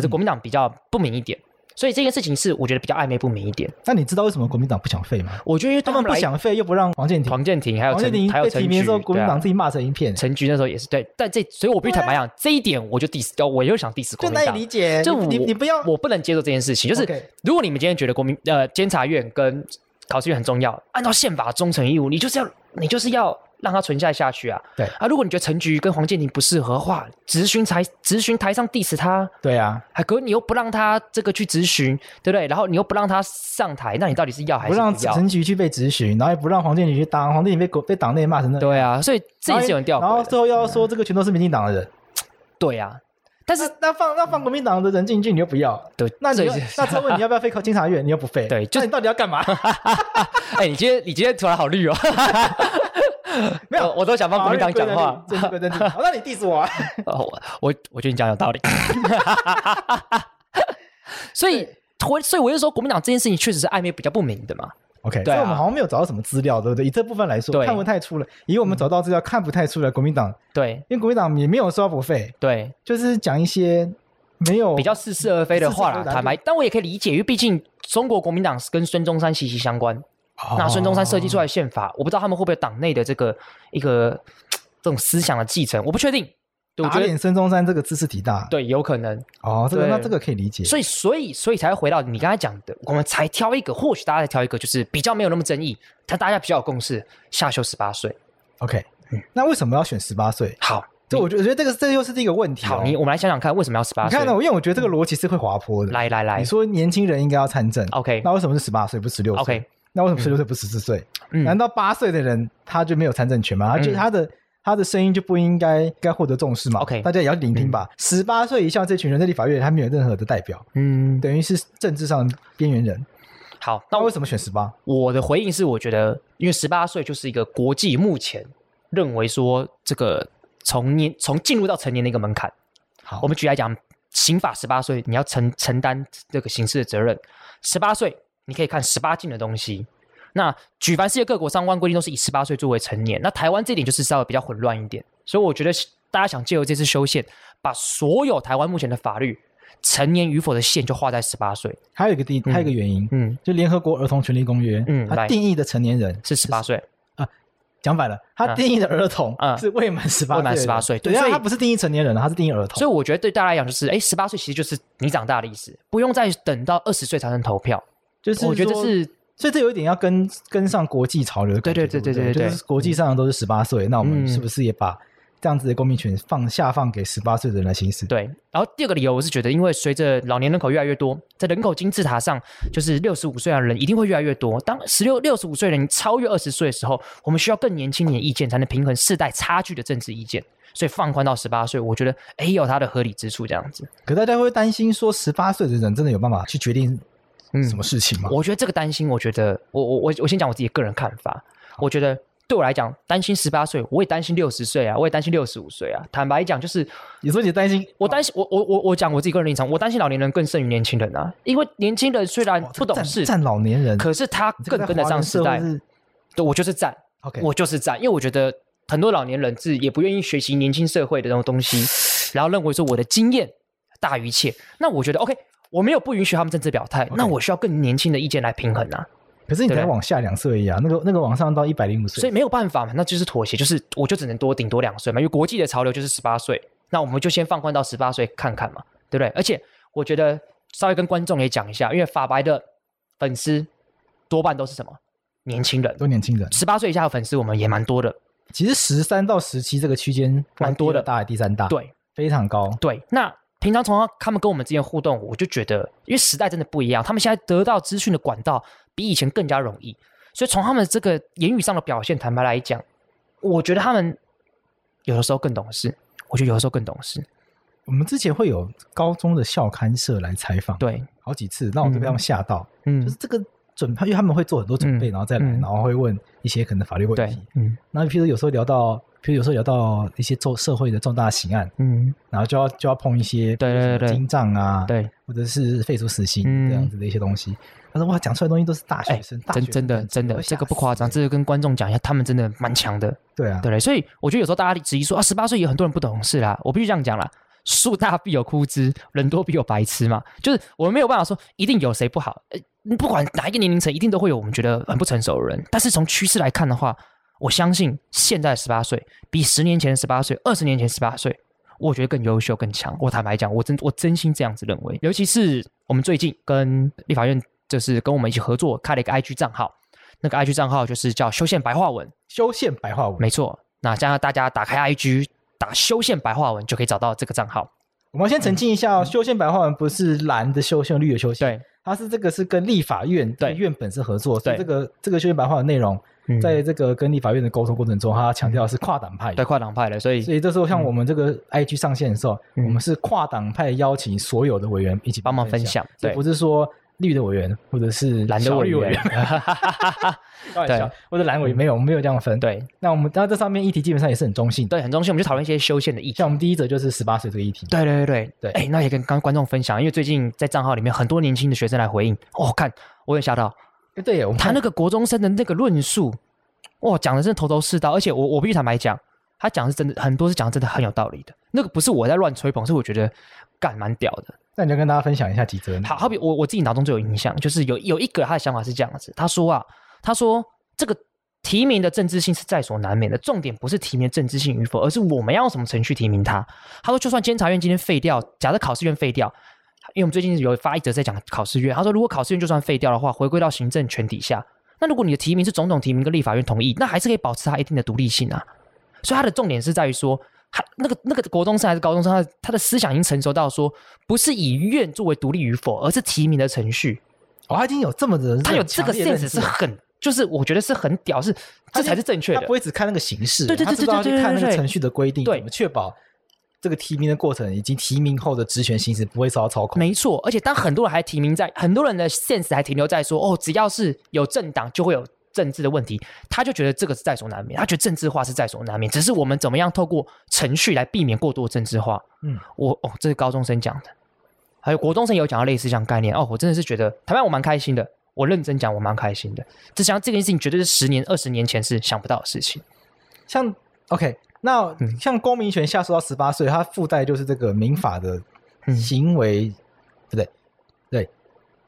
Speaker 1: 嗯
Speaker 2: 是国民党比较不明一点，所以这件事情是我觉得比较暧昧不明一点。
Speaker 1: 那你知道为什么国民党不想废吗？
Speaker 2: 我觉得因为
Speaker 1: 他们
Speaker 2: 后
Speaker 1: 不
Speaker 2: 来
Speaker 1: 想废，又不让王建庭。
Speaker 2: 黄建庭还有
Speaker 1: 王
Speaker 2: 陈
Speaker 1: 建庭
Speaker 2: 还有
Speaker 1: 被
Speaker 2: 陈
Speaker 1: 提名的时候，
Speaker 2: 菊
Speaker 1: 国民党自
Speaker 2: 对啊
Speaker 1: 己骂成一片，
Speaker 2: 陈菊那时候也是对，但这所以我必须坦白讲，这一点我就 diss 掉，我又想 diss 国
Speaker 1: 就
Speaker 2: 民
Speaker 1: 难以
Speaker 2: 党
Speaker 1: 理。解。
Speaker 2: 就
Speaker 1: 你
Speaker 2: 我
Speaker 1: 你不要
Speaker 2: 我不能接受这件事情，就是
Speaker 1: OK
Speaker 2: 如果你们今天觉得国民呃监察院跟考试院很重要，按照宪法忠诚义务，你就是要你就是要让它存在下去啊。
Speaker 1: 对
Speaker 2: 啊，如果你觉得陈菊跟黄建庭不适合的话，质询台质询台上 diss 他，
Speaker 1: 对啊，
Speaker 2: 还可你又不让他这个去质询，对不对？然后你又不让他上台，那你到底是要还
Speaker 1: 不
Speaker 2: 是
Speaker 1: 让
Speaker 2: 要？
Speaker 1: 陈菊去被质询，然后也不让黄建庭去当，黄建庭被国被党内骂成那，
Speaker 2: 对啊，所以
Speaker 1: 然
Speaker 2: 这
Speaker 1: 后
Speaker 2: 也是有人掉
Speaker 1: 然后
Speaker 2: 诡的。嗯
Speaker 1: 最后要说这个全都是民进党的人，
Speaker 2: 对啊，但是
Speaker 1: 那那放那放国民党的人进去，你又不要，
Speaker 2: 对，
Speaker 1: 那你
Speaker 2: 这
Speaker 1: 要
Speaker 2: 是
Speaker 1: 那之后问你要不要废考监察院，你又不废，
Speaker 2: 对就
Speaker 1: 那你到底要干 嘛？
Speaker 2: 哎，你今天你今天突然好绿哦，
Speaker 1: 没有
Speaker 2: 我我都想帮国民党讲话
Speaker 1: 法律规定政治归政治 好那你 diss 我啊，
Speaker 2: 哦我我我觉得你讲有道理，所以我所以我就说国民党这件事情确实是暧昧比较不明的嘛，
Speaker 1: OK，
Speaker 2: 对啊
Speaker 1: 所以我们好像没有找到什么资料，对不对？以这部分来说，
Speaker 2: 对
Speaker 1: 看不太出来。以我们找到资料，看不太出来国民党，
Speaker 2: 对
Speaker 1: 因为国民党也没有收不费，
Speaker 2: 对，
Speaker 1: 就是讲一些没有
Speaker 2: 比较似是而非的话
Speaker 1: 哦似是而
Speaker 2: 啦，
Speaker 1: 非
Speaker 2: 坦白，但我也可以理解，因为毕竟中国国民党是跟孙中山息息相关，
Speaker 1: 哦
Speaker 2: 那孙中山设计出来的宪法，我不知道他们会不会有党内的这个一个这种思想的继承，我不确定，对，我
Speaker 1: 打
Speaker 2: 觉
Speaker 1: 脸
Speaker 2: 得
Speaker 1: 孙中山这个知识体大，
Speaker 2: 对有可能，
Speaker 1: 哦，这个
Speaker 2: 对
Speaker 1: 那这个可以理解。
Speaker 2: 所以，所以，所以才会回到你刚才讲的，我们才挑一个，或许大家再挑一个，就是比较没有那么争议，但大家比较有共识，下修十八岁。
Speaker 1: OK，那为什么要选十八岁？
Speaker 2: 好，
Speaker 1: 这我觉得我觉得这个这又是一个问题哦。
Speaker 2: 好，你我们来想想看，为什么要十八
Speaker 1: 你
Speaker 2: 岁嗯
Speaker 1: 看？呢？因为我觉得这个逻辑是会滑坡的。
Speaker 2: 来来来
Speaker 1: 你说年轻人应该要参政
Speaker 2: ，OK，
Speaker 1: 那为什么是十八岁不十六岁
Speaker 2: OK
Speaker 1: 那为什么十六岁不十四岁？难
Speaker 2: 嗯，
Speaker 1: 道八岁的人他就没有参政权吗？他就
Speaker 2: 嗯
Speaker 1: 他的他的声音就不应该该获得重视吗
Speaker 2: OK
Speaker 1: 大家也要聆听吧。十八岁以下这群人在立法院他没有任何的代表，
Speaker 2: 嗯，
Speaker 1: 等于是政治上的边缘人。
Speaker 2: 好，
Speaker 1: 那
Speaker 2: 那
Speaker 1: 为
Speaker 2: 我
Speaker 1: 什么选十八？
Speaker 2: 我的回应是，我觉得，因为十八岁就是一个国际目前认为说这个从年从进入到成年的一个门槛。
Speaker 1: 好
Speaker 2: 我们举来讲，刑法十八岁你要承承担这个刑事的责任，十八岁你可以看十八禁的东西。那举凡世界各国相关规定都是以十八岁作为成年，那台湾这点就是稍微比较混乱一点，所以我觉得大家想借由这次修宪，把所有台湾目前的法律成年与否的线就画在十八岁，
Speaker 1: 还有一个地，
Speaker 2: 嗯
Speaker 1: 还有一个原因，
Speaker 2: 嗯，
Speaker 1: 就联合国儿童权利公约，
Speaker 2: 嗯
Speaker 1: 它
Speaker 2: 来
Speaker 1: 定义的成年人
Speaker 2: 是十八岁，
Speaker 1: 讲反了，它
Speaker 2: 嗯
Speaker 1: 定义的儿童
Speaker 2: 嗯
Speaker 1: 是未满十八，
Speaker 2: 未满18岁
Speaker 1: 对，啊
Speaker 2: 对所以
Speaker 1: 它不是定义成年人，啊它是定义儿童。
Speaker 2: 所以我觉得对大家来讲就是，哎，十八岁其实就是你长大的意思，不用再等到二十岁才能投票，
Speaker 1: 就是
Speaker 2: 我觉得这
Speaker 1: 说
Speaker 2: 是
Speaker 1: 所以这有一点要跟跟上国际潮流的感觉，
Speaker 2: 对对
Speaker 1: 对不
Speaker 2: 对对对对
Speaker 1: 就是国际上都是十八岁，那我们
Speaker 2: 嗯
Speaker 1: 是不是也把这样子的公民权放下放给十八岁的人来行使。
Speaker 2: 对，然后第二个理由我是觉得，因为随着老年人口越来越多，在人口金字塔上，就是六十五岁的人一定会越来越多。当十六六十五岁的人超越二十岁的时候，我们需要更年轻人的意见，才能平衡世代差距的政治意见。所以放宽到十八岁，我觉得哎有它的合理之处，这样子。
Speaker 1: 可大家会担心说，十八岁的人真的有办法去决定
Speaker 2: 嗯
Speaker 1: 什么事情吗？
Speaker 2: 我觉得这个担心，我觉得我我我我先讲我自己个人看法。我觉得对我来讲，担心十八岁，我也担心六十岁啊，我也担心六十五岁啊。坦白讲，就是
Speaker 1: 你说你担心
Speaker 2: 我担心我我我我讲我自己个人立场，我担心老年人更胜于年轻人啊，因为年轻人虽然嗯不懂
Speaker 1: 占
Speaker 2: 事，
Speaker 1: 占老年人，
Speaker 2: 可是他
Speaker 1: 你这个
Speaker 2: 更
Speaker 1: 在
Speaker 2: 跟得
Speaker 1: 华
Speaker 2: 上
Speaker 1: 人
Speaker 2: 时
Speaker 1: 社会
Speaker 2: 代。
Speaker 1: 是
Speaker 2: 对我就是赞
Speaker 1: OK
Speaker 2: 我就是赞，因为我觉得很多老年人是也不愿意学习年轻社会的这种东西，然后认为说我的经验大于一切。那我觉得 OK，我没有不允许他们政治表态那我需要更年轻的意见来平衡啊。
Speaker 1: 可是你
Speaker 2: 对
Speaker 1: 才往下两岁而已啊，那个那个往上到一百零五岁，
Speaker 2: 所以没有办法嘛，那就是妥协，就是我就只能多顶多两岁嘛，因为国际的潮流就是十八岁，那我们就先放宽到十八岁看看嘛，对不对？而且我觉得稍微跟观众也讲一下，因为法白的粉丝多半都是什么年轻人，
Speaker 1: 都年轻人。
Speaker 2: 十八岁以下的粉丝我们也蛮多的，
Speaker 1: 其实十三到十七这个区间
Speaker 2: 蛮多的
Speaker 1: 第二大还第三大，，
Speaker 2: 对
Speaker 1: 非常高。
Speaker 2: 对。那平常从他们跟我们之间互动，我就觉得，因为时代真的不一样，他们现在得到资讯的管道比以前更加容易，所以从他们这个言语上的表现，坦白来讲，我觉得他们有的时候更懂事。我觉得有的时候更懂事，
Speaker 1: 我们之前会有高中的校刊社来采访，，
Speaker 2: 对，
Speaker 1: 好几次让我都被他们吓到，
Speaker 2: 嗯
Speaker 1: 就是这个准备，因为他们会做很多准备，
Speaker 2: 嗯
Speaker 1: 然后再来，
Speaker 2: 嗯
Speaker 1: 然后会问一些可能法律问
Speaker 2: 对
Speaker 1: 题，，
Speaker 2: 嗯
Speaker 1: 然后譬如有时候聊到，譬如有时候聊到一些重社会的重大刑案，
Speaker 2: 嗯，
Speaker 1: 然后就要就要碰一些
Speaker 2: 对对对对
Speaker 1: 金杖啊，
Speaker 2: 对，
Speaker 1: 或者是废除死刑
Speaker 2: 嗯
Speaker 1: 这样子的一些东西。他说哇，讲出来的东西都是大
Speaker 2: 哎
Speaker 1: 学生，大学生
Speaker 2: 真真的
Speaker 1: 感觉
Speaker 2: 真的，
Speaker 1: 会吓
Speaker 2: 这个不夸张，
Speaker 1: 死
Speaker 2: 这个跟观众讲一下，他们真的蛮强的，
Speaker 1: 对啊，
Speaker 2: 对不对？所以我觉得有时候大家质疑说啊，十八岁有很多人不懂事啦，我必须这样讲啦。树大必有枯枝，人多必有白痴嘛。就是我们没有办法说一定有谁不好，呃，不管哪一个年龄层，一定都会有我们觉得很不成熟的人。但是从趋势来看的话，我相信现在十八岁比十年前十八岁、二十年前十八岁，我觉得更优秀、更强。我坦白讲，我真我真心这样子认为。尤其是我们最近跟立法院就是跟我们一起合作开了一个 IG 账号，那个 IG 账号就是叫修宪白话文，
Speaker 1: 修宪白话文，
Speaker 2: 没错。那这样大家打开 IG 打修宪白话文就可以找到这个账号。
Speaker 1: 我们先澄清一下
Speaker 2: 嗯
Speaker 1: 哦，修宪白话文不是蓝的修宪，绿的修宪，
Speaker 2: 对，
Speaker 1: 它是这个是跟立法院
Speaker 2: 对
Speaker 1: 跟院本是合作，所以这
Speaker 2: 对
Speaker 1: 个这个修宪白话文内容，
Speaker 2: 嗯
Speaker 1: 在这个跟立法院的沟通过程中，它强调是跨党派的
Speaker 2: 对。跨党派的，所以
Speaker 1: 所以这时候，像我们这个 IG 上线的时候，
Speaker 2: 嗯
Speaker 1: 我们是跨党派邀请所有的委员一起
Speaker 2: 帮忙分享
Speaker 1: 所以
Speaker 2: 对
Speaker 1: 不是说绿的委员或者是
Speaker 2: 蓝的
Speaker 1: 小
Speaker 2: 委
Speaker 1: 绿委
Speaker 2: 员
Speaker 1: 员，，开玩笑
Speaker 2: 对
Speaker 1: 或者蓝委员没有，我们没有这样分。，
Speaker 2: 对
Speaker 1: 那我们当然这上面议题基本上也是很中性的，
Speaker 2: 对，很中性，我们就讨论一些修宪的议题
Speaker 1: 像。我们第一则就是十八岁这个议题，
Speaker 2: 对对对
Speaker 1: 对
Speaker 2: 哎、那也跟刚观众分享，因为最近在账号里面很多年轻的学生来回应，哦，看我也吓到，
Speaker 1: 对，对耶，我们
Speaker 2: 他那个国中生的那个论述，哇，讲的真的头头是道，而且我我必须坦白讲，他讲的是真的，很多是讲的真的很有道理的，那个不是我在乱吹捧，是我觉得干蛮屌的。
Speaker 1: 那你就跟大家分享一下几则。
Speaker 2: 好好比我我自己脑中最有印象，就是有有一个他的想法是这样子，他说啊，他说这个提名的政治性是在所难免的，重点不是提名的政治性与否，而是我们要用什么程序提名他。他说，就算监察院今天废掉，假设考试院废掉。因为我们最近有发一则在讲考试院，他说如果考试院就算废掉的话，回归到行政权底下，那如果你的提名是总统提名跟立法院同意，那还是可以保持它一定的独立性啊。所以他的重点是在于说，他那个那个国中生还是高中生，他的他的思想已经成熟到说，不是以院作为独立与否，而是提名的程序。
Speaker 1: 哦，他已经有这么的，
Speaker 2: 他有这个
Speaker 1: 强烈认
Speaker 2: sense
Speaker 1: 知
Speaker 2: 是很，就是我觉得是很屌，是
Speaker 1: 他
Speaker 2: 这才是正确
Speaker 1: 他
Speaker 2: 的
Speaker 1: 不。会只看那个形式，
Speaker 2: 对对对
Speaker 1: 他知道要
Speaker 2: 对
Speaker 1: 去
Speaker 2: 对对
Speaker 1: 看那
Speaker 2: 对
Speaker 1: 个
Speaker 2: 对
Speaker 1: 程序的规定，
Speaker 2: 对
Speaker 1: 怎么确保这个提名的过程以及提名后的职权行使不会受到操控。
Speaker 2: 没错，而且当很多人还提名在，很多人的 sense 还停留在说，哦，只要是有政党就会有政治的问题，他就觉得这个是在所难免，他觉得政治化是在所难免，只是我们怎么样透过程序来避免过度的政治化。
Speaker 1: 嗯，
Speaker 2: 我哦，这是高中生讲的，还有国中生也有讲到类似这样概念哦，我真的是觉得台湾我蛮开心的，我认真讲我蛮开心的，这像这件事情绝对是十年二十年前是想不到的事情。
Speaker 1: 像 OK，那
Speaker 2: 嗯
Speaker 1: 像公民权下修到十八岁，它附带就是这个民法的
Speaker 2: 嗯
Speaker 1: 行为，不对，对，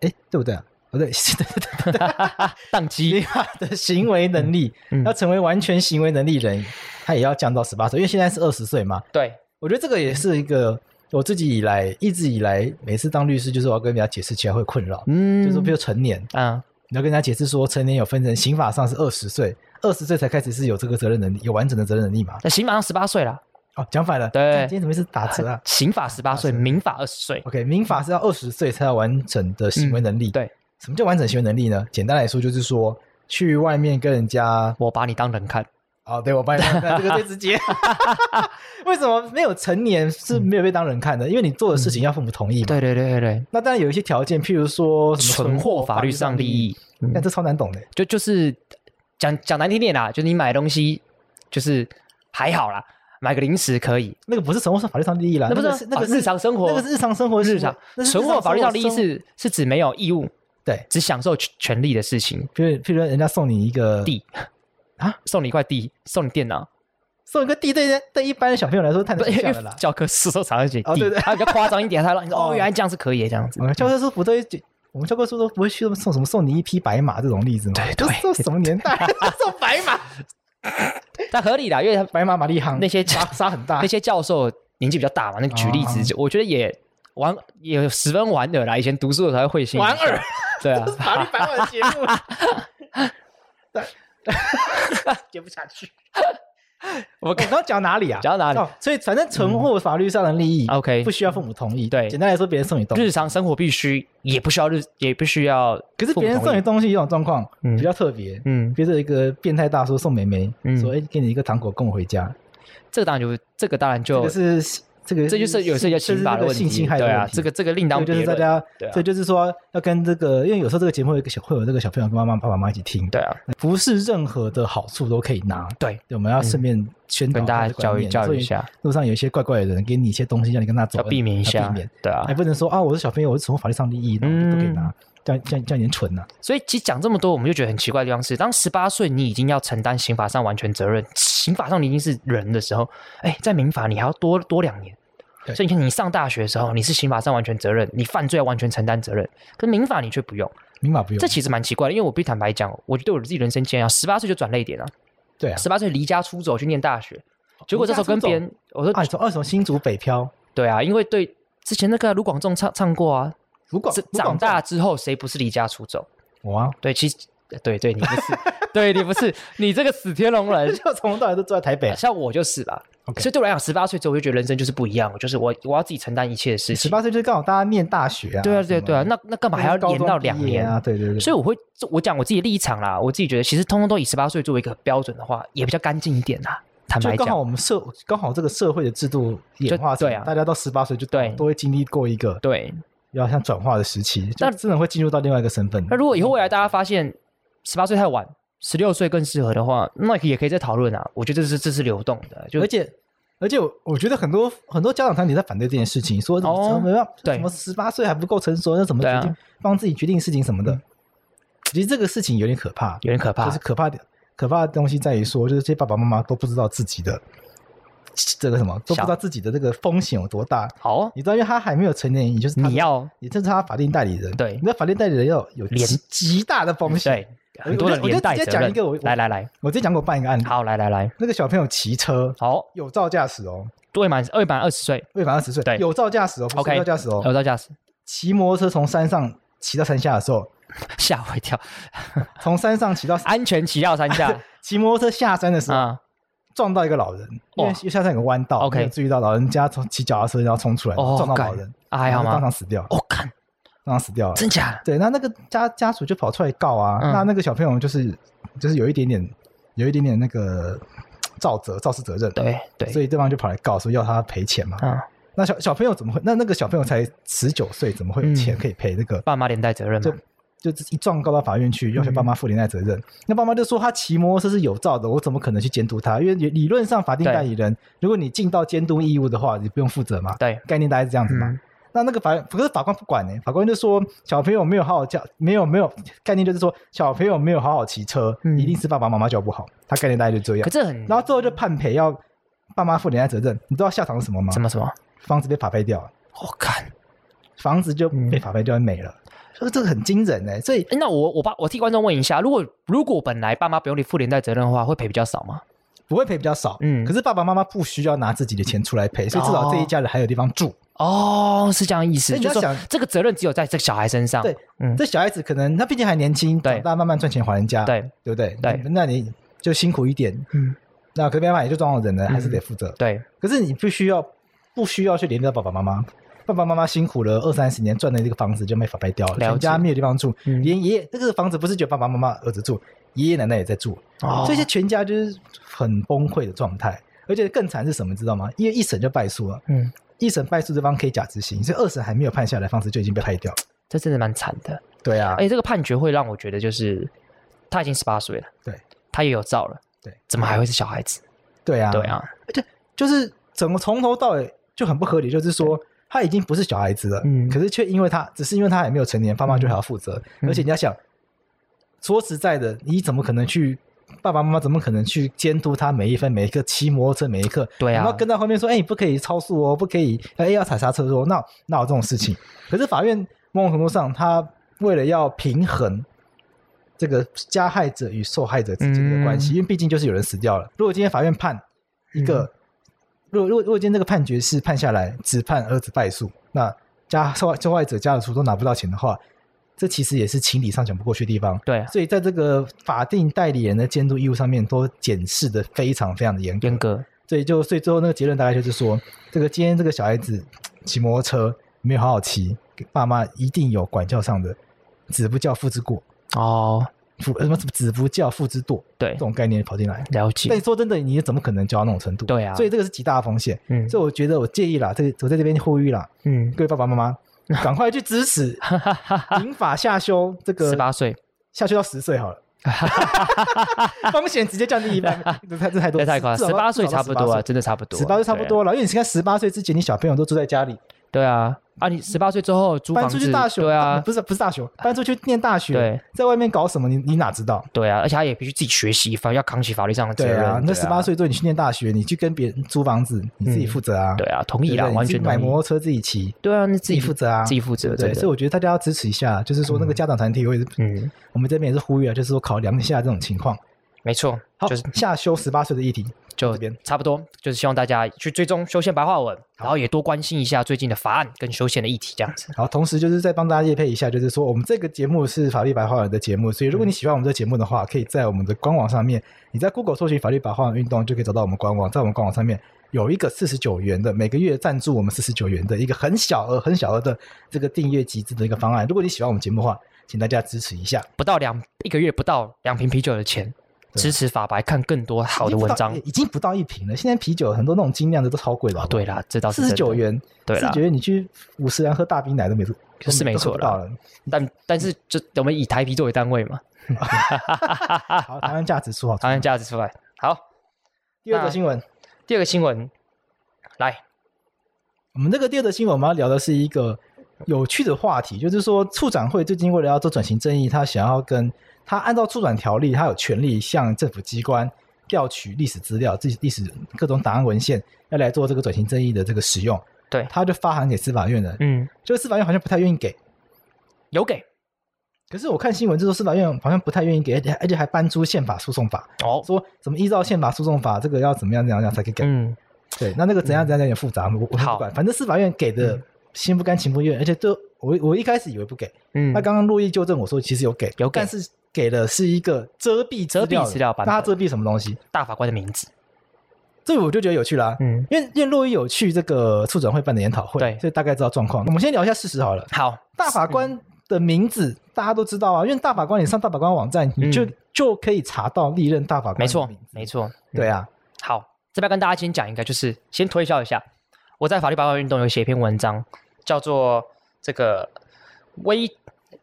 Speaker 1: 哎，对不对啊？不对， 对对对对，
Speaker 2: 宕
Speaker 1: 民
Speaker 2: 机，
Speaker 1: 法的行为能力
Speaker 2: 嗯
Speaker 1: 要成为完全行为能力人，他也要降到十八岁，因为现在是二十岁嘛。
Speaker 2: 对，
Speaker 1: 我觉得这个也是一个我自己以来一直以来每次当律师，就是我要跟人家解释起来会困扰，
Speaker 2: 嗯
Speaker 1: 就是说比如成年，
Speaker 2: 啊，
Speaker 1: 你要跟人家解释说成年有分成刑法上是二十岁，二十岁才开始是有这个责任能力，有完整的责任能力嘛。
Speaker 2: 那刑法上十八岁啦，
Speaker 1: 哦，讲反了，
Speaker 2: 对
Speaker 1: 今天怎么是打折啊
Speaker 2: 刑法十八岁，民法二十岁。
Speaker 1: ？OK，民法是要二十岁才有完整的行为能力。，
Speaker 2: 嗯对
Speaker 1: 什么叫完整行为能力呢？简单来说就是说，去外面跟人家
Speaker 2: 我把你当人看，
Speaker 1: 哦，对我帮你看，这个最直 接。为什么没有成年是没有被当人看的？因为你做的事情要父母同意嘛。
Speaker 2: 嗯对对对对对，
Speaker 1: 那当然有一些条件，譬如说什么
Speaker 2: 存货法律上利益，，嗯
Speaker 1: 但这超难懂的。
Speaker 2: 就就是讲讲难听点啦，就你买东西就是还好啦，买个零食可以，
Speaker 1: 那个不是存货上法律上利益啦，
Speaker 2: 那不
Speaker 1: 个
Speaker 2: 是
Speaker 1: 是那个
Speaker 2: 啊
Speaker 1: 是
Speaker 2: 日常生活
Speaker 1: 那个是日常生活
Speaker 2: 日
Speaker 1: 日
Speaker 2: 常
Speaker 1: 常，那是
Speaker 2: 存
Speaker 1: 日常
Speaker 2: 货法律上利益
Speaker 1: 生活
Speaker 2: 是是指没有义务，
Speaker 1: 对，
Speaker 2: 只享受权权利的事情。
Speaker 1: 譬如譬如人家送你一个
Speaker 2: 地
Speaker 1: 啊，
Speaker 2: 送你一块地，送你电脑，
Speaker 1: 送一个地，对对一般小朋友来说太
Speaker 2: 不
Speaker 1: 难
Speaker 2: 因
Speaker 1: 想
Speaker 2: 为
Speaker 1: 象了啦。
Speaker 2: 教科书都常常写
Speaker 1: 哦对
Speaker 2: 地，
Speaker 1: 对
Speaker 2: 它比较夸张一点，他让 你说哦，
Speaker 1: 哦
Speaker 2: 原来这样是可以的这样子
Speaker 1: 我。们教科书不都会我们教科书都不会去送什么送你一匹白马这种例子吗？
Speaker 2: 对对
Speaker 1: 这是什么年 代？送白马，
Speaker 2: 但合理啦，因为他
Speaker 1: 白马马力航
Speaker 2: 那些
Speaker 1: 杀杀很大
Speaker 2: 那，些教授年纪比较大嘛，那举例
Speaker 1: 哦
Speaker 2: 子，我觉得也玩也有十分玩耳啦。以前读书的时候还会心一笑
Speaker 1: 玩耳，
Speaker 2: 对啊
Speaker 1: 这， 是法律白马的节目。 对 接不下去。
Speaker 2: 我
Speaker 1: 我刚刚讲哪里啊？
Speaker 2: 讲到哪里嗯
Speaker 1: 哦所以反正存货法律上的利益
Speaker 2: OK
Speaker 1: 不需要父母同意。
Speaker 2: 对
Speaker 1: 简单来说，别人送你东西，
Speaker 2: 日常生活必须也不需要日也不需要，
Speaker 1: 可是别人送你，东西这种状况
Speaker 2: 嗯
Speaker 1: 比较特别。
Speaker 2: 嗯，
Speaker 1: 比如说有一个变态大叔送妹妹
Speaker 2: 嗯，
Speaker 1: 说：“哎，给你一个糖果供我回家。
Speaker 2: 这个当然就这个当然”
Speaker 1: 这
Speaker 2: 就
Speaker 1: 个是这个，
Speaker 2: 这就是有
Speaker 1: 这
Speaker 2: 些叫刑法的
Speaker 1: 这
Speaker 2: 问
Speaker 1: 是这个性
Speaker 2: 题，
Speaker 1: 侵害的
Speaker 2: 对啊
Speaker 1: 问，题
Speaker 2: 这个这个另当
Speaker 1: 这
Speaker 2: 别
Speaker 1: 就是
Speaker 2: 论，
Speaker 1: 大家
Speaker 2: 对啊，
Speaker 1: 这就是说要跟这个，因为有时候这个节目会有一个小会有这个小朋友跟妈妈爸爸妈妈一起听，
Speaker 2: 对啊，
Speaker 1: 不是任何的好处都可以拿。
Speaker 2: 对，
Speaker 1: 我们要顺便宣导
Speaker 2: 跟大
Speaker 1: 这
Speaker 2: 家
Speaker 1: 个
Speaker 2: 教
Speaker 1: 观
Speaker 2: 育
Speaker 1: 念
Speaker 2: 教
Speaker 1: 所
Speaker 2: 育
Speaker 1: 以
Speaker 2: 一下，
Speaker 1: 路上有一些怪怪的人给你一些东西，让你跟他走
Speaker 2: 要
Speaker 1: 恩，
Speaker 2: 避免一
Speaker 1: 要
Speaker 2: 下
Speaker 1: 避免，
Speaker 2: 对啊嗯
Speaker 1: 还。不能说啊，我是小朋友，我是从法律上利益，然后我都可以拿，这样这样这样有点蠢啊呐、
Speaker 2: 所以其实讲这么多，我们就觉得很奇怪的地方是，当十八岁你已经要承担刑法上完全责任，刑法上你已经是人的时候，哎，在民法你还要多多两年。
Speaker 1: 对
Speaker 2: 所以你看，你上大学的时候，你是刑法上完全责任，你犯罪要完全承担责任，可是民法你却不用，
Speaker 1: 明码不用
Speaker 2: 这。其实蛮奇怪的。因为我必须坦白讲，我对我自己人生经验啊，十八岁就转泪点了，
Speaker 1: 对啊，哦
Speaker 2: 十八岁离家出走去念大学，结果这时候跟别人，我说、
Speaker 1: 啊，你从二从新竹北漂，
Speaker 2: 对啊，因为对之前那个卢广仲唱唱过啊，
Speaker 1: 如果
Speaker 2: 这长大之后谁不是离家出走？
Speaker 1: 我啊，
Speaker 2: 对，其实对对，你不是，对你不是，你这个死天龙人，
Speaker 1: 就从头到尾都住在台北。
Speaker 2: 像我就是吧。
Speaker 1: OK
Speaker 2: 所以对我来讲，十八岁之后我就觉得人生就是不一样，我就是我我要自己承担一切的事
Speaker 1: 十
Speaker 2: 情。
Speaker 1: 八岁就是刚好大家念大学啊，
Speaker 2: 对啊，对啊，对啊，那那干
Speaker 1: 我
Speaker 2: 嘛还要延到两年
Speaker 1: 啊？？对对对，
Speaker 2: 所以我会，这我讲我自己的立场啦，我自己觉得其实通通都以十八岁作为一个标准的话，也比较干净一点啦。坦白
Speaker 1: 就刚好
Speaker 2: 讲，
Speaker 1: 我们社刚好这个社会的制度演化
Speaker 2: 就
Speaker 1: 成，
Speaker 2: 对啊
Speaker 1: 大家到十八岁就
Speaker 2: 对
Speaker 1: 都会经历过一个
Speaker 2: 对。
Speaker 1: 要像转化的时期，
Speaker 2: 那
Speaker 1: 但真的会进入到另外一个身份。
Speaker 2: 那如果以后未来大家发现十八岁太晚，十六岁更适合的话，那也可以再讨论啊。我觉得这是这是流动的，就
Speaker 1: 而且而且我我觉得很多很多家长团体在反对这件事情，说怎
Speaker 2: 哦
Speaker 1: 么没办
Speaker 2: 对
Speaker 1: 什么十八岁还不够成熟，那怎么
Speaker 2: 对啊嗯
Speaker 1: 决定帮自己决定事情什么的？其实这个事情有点可怕，
Speaker 2: 有点可怕
Speaker 1: 就是。可怕的可怕的东西在于说，就是这些爸爸妈妈都不知道自己的这个什么，都不知道自己的这个风险有多大。
Speaker 2: 好哦，
Speaker 1: 你知道，因为他还没有成年，你就是他的
Speaker 2: 你要哦
Speaker 1: 你这是他法定代理人，
Speaker 2: 对
Speaker 1: 你的法定代理人要有
Speaker 2: 连
Speaker 1: 极极大的风险。
Speaker 2: 对很多的
Speaker 1: 我就
Speaker 2: 连带
Speaker 1: 我就直接
Speaker 2: 责任
Speaker 1: 讲一个我
Speaker 2: 来来来，
Speaker 1: 我之前讲过办一个案例，
Speaker 2: 好来来来，
Speaker 1: 那个小朋友骑车
Speaker 2: 好，
Speaker 1: 有照驾驶哦，
Speaker 2: 未满未满二十岁，
Speaker 1: 未满二十岁
Speaker 2: 对，
Speaker 1: 有照驾驶哦，不
Speaker 2: OK
Speaker 1: 是无照驾驶
Speaker 2: 有
Speaker 1: 哦，
Speaker 2: 照驾驶，
Speaker 1: 骑摩托车从山上骑到山下的时候，
Speaker 2: 吓我一跳，
Speaker 1: 从山上骑到
Speaker 2: 安全骑到 山下
Speaker 1: 骑摩托车下山的时候，
Speaker 2: 啊，
Speaker 1: 撞到一个老人，因为
Speaker 2: 哇
Speaker 1: 下山有个弯道
Speaker 2: 哦 OK
Speaker 1: 没有注意到老人家从骑脚踏车然后冲出来，
Speaker 2: 哦
Speaker 1: 撞到
Speaker 2: 干
Speaker 1: 老人，
Speaker 2: 啊还好
Speaker 1: 然后当
Speaker 2: 吗？
Speaker 1: 场死掉，
Speaker 2: 我看
Speaker 1: 当场死掉了。
Speaker 2: 真假
Speaker 1: 对，那那个家家属就跑出来告啊，
Speaker 2: 嗯
Speaker 1: 那那个小朋友就是就是有一点点有一点点那个肇责肇事责任，，
Speaker 2: 对
Speaker 1: 所
Speaker 2: 对，
Speaker 1: 以对方就跑来告说要他赔钱嘛。
Speaker 2: 嗯，
Speaker 1: 那小小朋友怎么会？那那个小朋友才十九岁，怎么会有
Speaker 2: 嗯
Speaker 1: 钱可以赔那个？
Speaker 2: 爸妈连带责任嘛，
Speaker 1: 就一状告到法院去，要求爸妈负连带责
Speaker 2: 嗯
Speaker 1: 任。那爸妈就说他骑摩托车是有照的，我怎么可能去监督他？因为理理论上法定
Speaker 2: 对
Speaker 1: 代理人，如果你尽到监督义务的话，你不用负责嘛。
Speaker 2: 对，
Speaker 1: 概念大概是这样子嘛。
Speaker 2: 嗯
Speaker 1: 那那个法可是法官不管呢、法官就说小朋友没有好好教，没有没有概念，就是说小朋友没有好好骑车，
Speaker 2: 嗯
Speaker 1: 一定是爸爸妈妈教不好，他概念大概就这样
Speaker 2: 可。这很
Speaker 1: 然后最后就判赔要爸妈负连带责任，你知道下场是什么吗？
Speaker 2: 什么什哦么，
Speaker 1: 房子被法拍掉了，
Speaker 2: 我看，
Speaker 1: 房子就
Speaker 2: 嗯
Speaker 1: 被法拍掉没了，所以这个很惊人呢、欸所以
Speaker 2: 诶那我我爸我替观众问一下，如果如果本来爸妈不用你负连带责任的话，会赔比较少吗？
Speaker 1: 不会赔比较少，
Speaker 2: 嗯
Speaker 1: 可是爸爸妈妈不需要拿自己的钱出来赔，所以至
Speaker 2: 哦
Speaker 1: 少这一家人还有地方住。
Speaker 2: 哦，是这样意思，
Speaker 1: 所以你
Speaker 2: 就
Speaker 1: 要
Speaker 2: 是说
Speaker 1: 想
Speaker 2: 这个责任只有在这个小孩身上。
Speaker 1: 对，
Speaker 2: 嗯，
Speaker 1: 啊这小孩子可能他毕竟还年轻，
Speaker 2: 对
Speaker 1: 长大慢慢赚钱还人家，
Speaker 2: 对，
Speaker 1: 对不对？
Speaker 2: 对
Speaker 1: 那你就辛苦一点，
Speaker 2: 嗯，
Speaker 1: 那可没办法，也就撞到人了，还是得负责。
Speaker 2: 对，
Speaker 1: 可是你必须要不需要去连累到爸爸妈妈？爸爸妈妈辛苦了二三十年赚的这个房子就没法白掉了，
Speaker 2: 了解
Speaker 1: 全家没有地方住，
Speaker 2: 嗯
Speaker 1: 连爷爷这个房子不是只有爸爸妈妈儿子住，爷爷奶奶也在住，
Speaker 2: 哦
Speaker 1: 所以这全家就是很崩溃的状态。而且更惨是什么，你知道吗？因为一审就败诉了，
Speaker 2: 嗯，
Speaker 1: 一审败诉对方可以假执行，所以二审还没有判下来，房子就已经被拍掉了。
Speaker 2: 这真的蛮惨的。
Speaker 1: 对啊
Speaker 2: 而，且这个判决会让我觉得，就是他已经十八岁了，
Speaker 1: 对
Speaker 2: 他也有照了，
Speaker 1: 对
Speaker 2: 怎么还会是小孩子？
Speaker 1: 对啊，
Speaker 2: 对，啊，
Speaker 1: 就是整个从头到尾就很不合理，就是说他已经不是小孩子了，
Speaker 2: 嗯
Speaker 1: 可是却因为他只是因为他还没有成年，爸妈就还要负责，
Speaker 2: 嗯
Speaker 1: 而且你要想，说实在的，你怎么可能去？爸爸妈妈怎么可能去监督他每一分每一刻骑摩托车每一刻？
Speaker 2: 对啊
Speaker 1: 然后跟在后面说：“哎、你不可以超速哦，不可以，哎、要踩刹车哦。”那那有这种事情？可是法院某种程度上，他为了要平衡这个加害者与受害者之间的关系，
Speaker 2: 嗯
Speaker 1: 因为毕竟就是有人死掉了。如果今天法院判一个，如果如果如果今天这个判决是判下来只判儿子败诉，那加受害受害者家属都拿不到钱的话，这其实也是情理上讲不过去的地方。
Speaker 2: 对啊，
Speaker 1: 所以在这个法定代理人的监督义务上面，都检视的非常非常的严格。
Speaker 2: 严格，
Speaker 1: 所以就所以最后那个结论大概就是说，这个今天这个小孩子骑摩托车没有好好骑，爸妈一定有管教上的子不教父之过，
Speaker 2: 哦，
Speaker 1: 父呃什么子不教父之惰
Speaker 2: 对
Speaker 1: 这，种概念跑进来。
Speaker 2: 了解
Speaker 1: 但，说真的，你怎么可能教到那种程度？
Speaker 2: 对啊
Speaker 1: 所以这个是极大的风险。
Speaker 2: 嗯
Speaker 1: 所以我觉得我建议啦，这个我在这边呼吁啦，
Speaker 2: 嗯，
Speaker 1: 各位爸爸妈妈，赶快去支 持民法下修这个
Speaker 2: 十八岁，
Speaker 1: 下修到十岁好了。 风险直接降低一 半，这太这太多，
Speaker 2: 这哎太快了，十八岁差不多啊，
Speaker 1: 这
Speaker 2: 真的差不多啊，
Speaker 1: 十八岁差不多了，因为你现在十八岁之前，你小朋友都住在家里，
Speaker 2: 对啊，对啊，啊，你十八岁之后租
Speaker 1: 搬
Speaker 2: 房
Speaker 1: 出
Speaker 2: 子，
Speaker 1: 去大学，
Speaker 2: 对啊，
Speaker 1: 不是不是大学，搬出去念大学
Speaker 2: 对，
Speaker 1: 在外面搞什么，你你哪知道？
Speaker 2: 对啊，而且他也必须自己学习，反正要扛起法律上的责
Speaker 1: 对
Speaker 2: 任。
Speaker 1: 啊，那十八，岁之后你去念大学，你去跟别人租房子，你自己负责啊。
Speaker 2: 对啊，同
Speaker 1: 对不对，
Speaker 2: 意啦，完全
Speaker 1: 你自己买摩
Speaker 2: 同意。
Speaker 1: 托车自己骑，
Speaker 2: 对啊，那自
Speaker 1: 自
Speaker 2: 己
Speaker 1: 己负责啊
Speaker 2: 自己负责，
Speaker 1: 对，
Speaker 2: 真
Speaker 1: 所以
Speaker 2: 的。
Speaker 1: 我觉得大家要支持一下，就是说那个家长团体，我也是，
Speaker 2: 嗯，
Speaker 1: 我们这边也是呼吁啊，就是说考量一下这种情况。
Speaker 2: 没错，
Speaker 1: 好
Speaker 2: 就是，
Speaker 1: 下修十八岁的议题，
Speaker 2: 就
Speaker 1: 这边
Speaker 2: 差不多，就是希望大家去追踪修宪白话文，然后也多关心一下最近的法案跟修宪的议题，这样 子。
Speaker 1: 好，同时就是再帮大家业配一下，就是说我们这个节目是法律白话文的节目，所以如果你喜欢我们这个节目的话，可以在我们的官网上面，你在 Google 搜寻“法律白话文运动”就可以找到我们官网，在我们官网上面有一个四十九元的每个月赞助我们四十九元的一个很小额、很小额的这个订阅集资的一个方案。如果你喜欢我们节目的话，请大家支持一下。
Speaker 2: 不到两一个月不到两瓶啤酒的钱，
Speaker 1: 对
Speaker 2: 支持法白看更多好的文章
Speaker 1: 已经不。到已经不到一瓶了。现在啤酒很多那种精酿的都超贵了，好不好
Speaker 2: 对啦，这倒是
Speaker 1: 四十
Speaker 2: 真的
Speaker 1: 九，元，
Speaker 2: 对
Speaker 1: 四
Speaker 2: 啦
Speaker 1: 十九元你去五十元喝大冰奶都没都
Speaker 2: 是没
Speaker 1: 都喝
Speaker 2: 错
Speaker 1: 不
Speaker 2: 啦
Speaker 1: 到了。
Speaker 2: 但但是就我们以台啤作为单位嘛，啊
Speaker 1: 好，台湾价值出好，啊
Speaker 2: 当然价值出来。好，
Speaker 1: 第二则
Speaker 2: 那
Speaker 1: 新闻。
Speaker 2: 第二个新闻，来，
Speaker 1: 我们这个第二则新闻，我们要聊的是一个有趣的话题，就是说，处长会最近为了要做转型正义，他想要跟他按照处长条例，他有权利向政府机关调取历史资料、这历史各种档案文献，要来做这个转型正义的这个使用。
Speaker 2: 对
Speaker 1: 他就发函给司法院了，
Speaker 2: 嗯，
Speaker 1: 就司法院好像不太愿意给。
Speaker 2: 有给
Speaker 1: 可是我看新闻，就说司法院好像不太愿意给，而且而且还搬出宪法诉讼法，
Speaker 2: 哦，
Speaker 1: 说什么依照宪法诉讼法，这个要怎么样怎样怎样才可以给。
Speaker 2: 嗯，
Speaker 1: 对，那那个怎样怎样有点复杂，我我不
Speaker 2: 好
Speaker 1: 管，反正司法院给的
Speaker 2: 嗯
Speaker 1: 心不甘情不愿，而且都我我一开始以为不给，
Speaker 2: 嗯，
Speaker 1: 那刚刚陆毅纠正我说其实有给，
Speaker 2: 有给
Speaker 1: 但是给的是一个遮蔽
Speaker 2: 遮蔽
Speaker 1: 料的
Speaker 2: 资料版
Speaker 1: 那
Speaker 2: 本
Speaker 1: 他遮蔽什么东西？
Speaker 2: 大法官的名字，
Speaker 1: 这我就觉得有趣啦、
Speaker 2: 嗯，
Speaker 1: 因为因为陆毅有去这个促转会办的研讨会，
Speaker 2: 对
Speaker 1: 所以大概知道状况。我们先聊一下事实好了，
Speaker 2: 好，
Speaker 1: 大法
Speaker 2: 嗯
Speaker 1: 官的名字大家都知道啊，因为大法官你上大法官网站，你就、
Speaker 2: 嗯
Speaker 1: 就可以查到历任大法官
Speaker 2: 没错
Speaker 1: 的名字，
Speaker 2: 没错，嗯
Speaker 1: 对啊，
Speaker 2: 好，这边跟大家先讲一个，就是先推销一下，我在法律白话运动有写一篇文章，叫做这个威，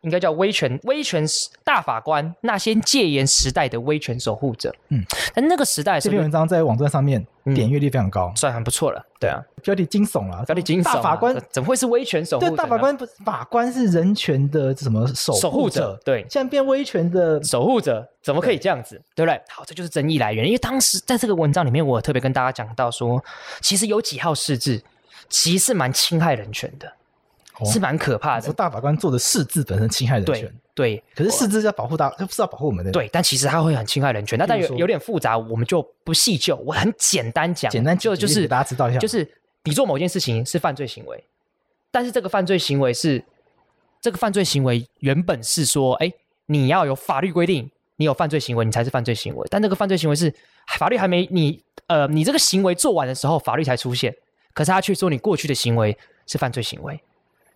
Speaker 2: 应该叫威权威权大法官那些戒严时代的威权守护者。
Speaker 1: 嗯，
Speaker 2: 但那个时代
Speaker 1: 这
Speaker 2: 是
Speaker 1: 篇文章在网站上面
Speaker 2: 嗯
Speaker 1: 点阅率非常高，
Speaker 2: 算很不错了，对啊，
Speaker 1: 标题惊悚了，
Speaker 2: 有点惊悚啊。
Speaker 1: 哦大法官
Speaker 2: 怎么会是威权守护者
Speaker 1: 对，
Speaker 2: 呢？
Speaker 1: 大法官不是法官是人权的什么守
Speaker 2: 守
Speaker 1: 护
Speaker 2: 护者，对，
Speaker 1: 现在变威权的
Speaker 2: 守护者怎么可以这样子，对不对？好，这就是争议来源。因为当时在这个文章里面，我有特别跟大家讲到说，其实有几号释字其实蛮侵害人权的，
Speaker 1: 哦
Speaker 2: 是蛮可怕
Speaker 1: 说
Speaker 2: 的。
Speaker 1: 大法官做的事字本身侵害人
Speaker 2: 对
Speaker 1: 权，
Speaker 2: 对
Speaker 1: 可是事字要保护大，他不是要保护我们的，，
Speaker 2: 对，但其实它会很侵害人权。那但
Speaker 1: 比如
Speaker 2: 有
Speaker 1: 说
Speaker 2: 有点复杂，我们就不细究。我很简单讲，
Speaker 1: 简单
Speaker 2: 就
Speaker 1: 举个
Speaker 2: 就
Speaker 1: 例子
Speaker 2: 是
Speaker 1: 给大家知道一下，
Speaker 2: 就是你做某件事情是犯罪行为，但是这个犯罪行为是这个犯罪行为原本是说，哎，你要有法律规定，你有犯罪行为，你才是犯罪行为。但那个犯罪行为是法律还没你呃你这个行为做完的时候，法律才出现。可是他却说你过去的行为是犯罪行为，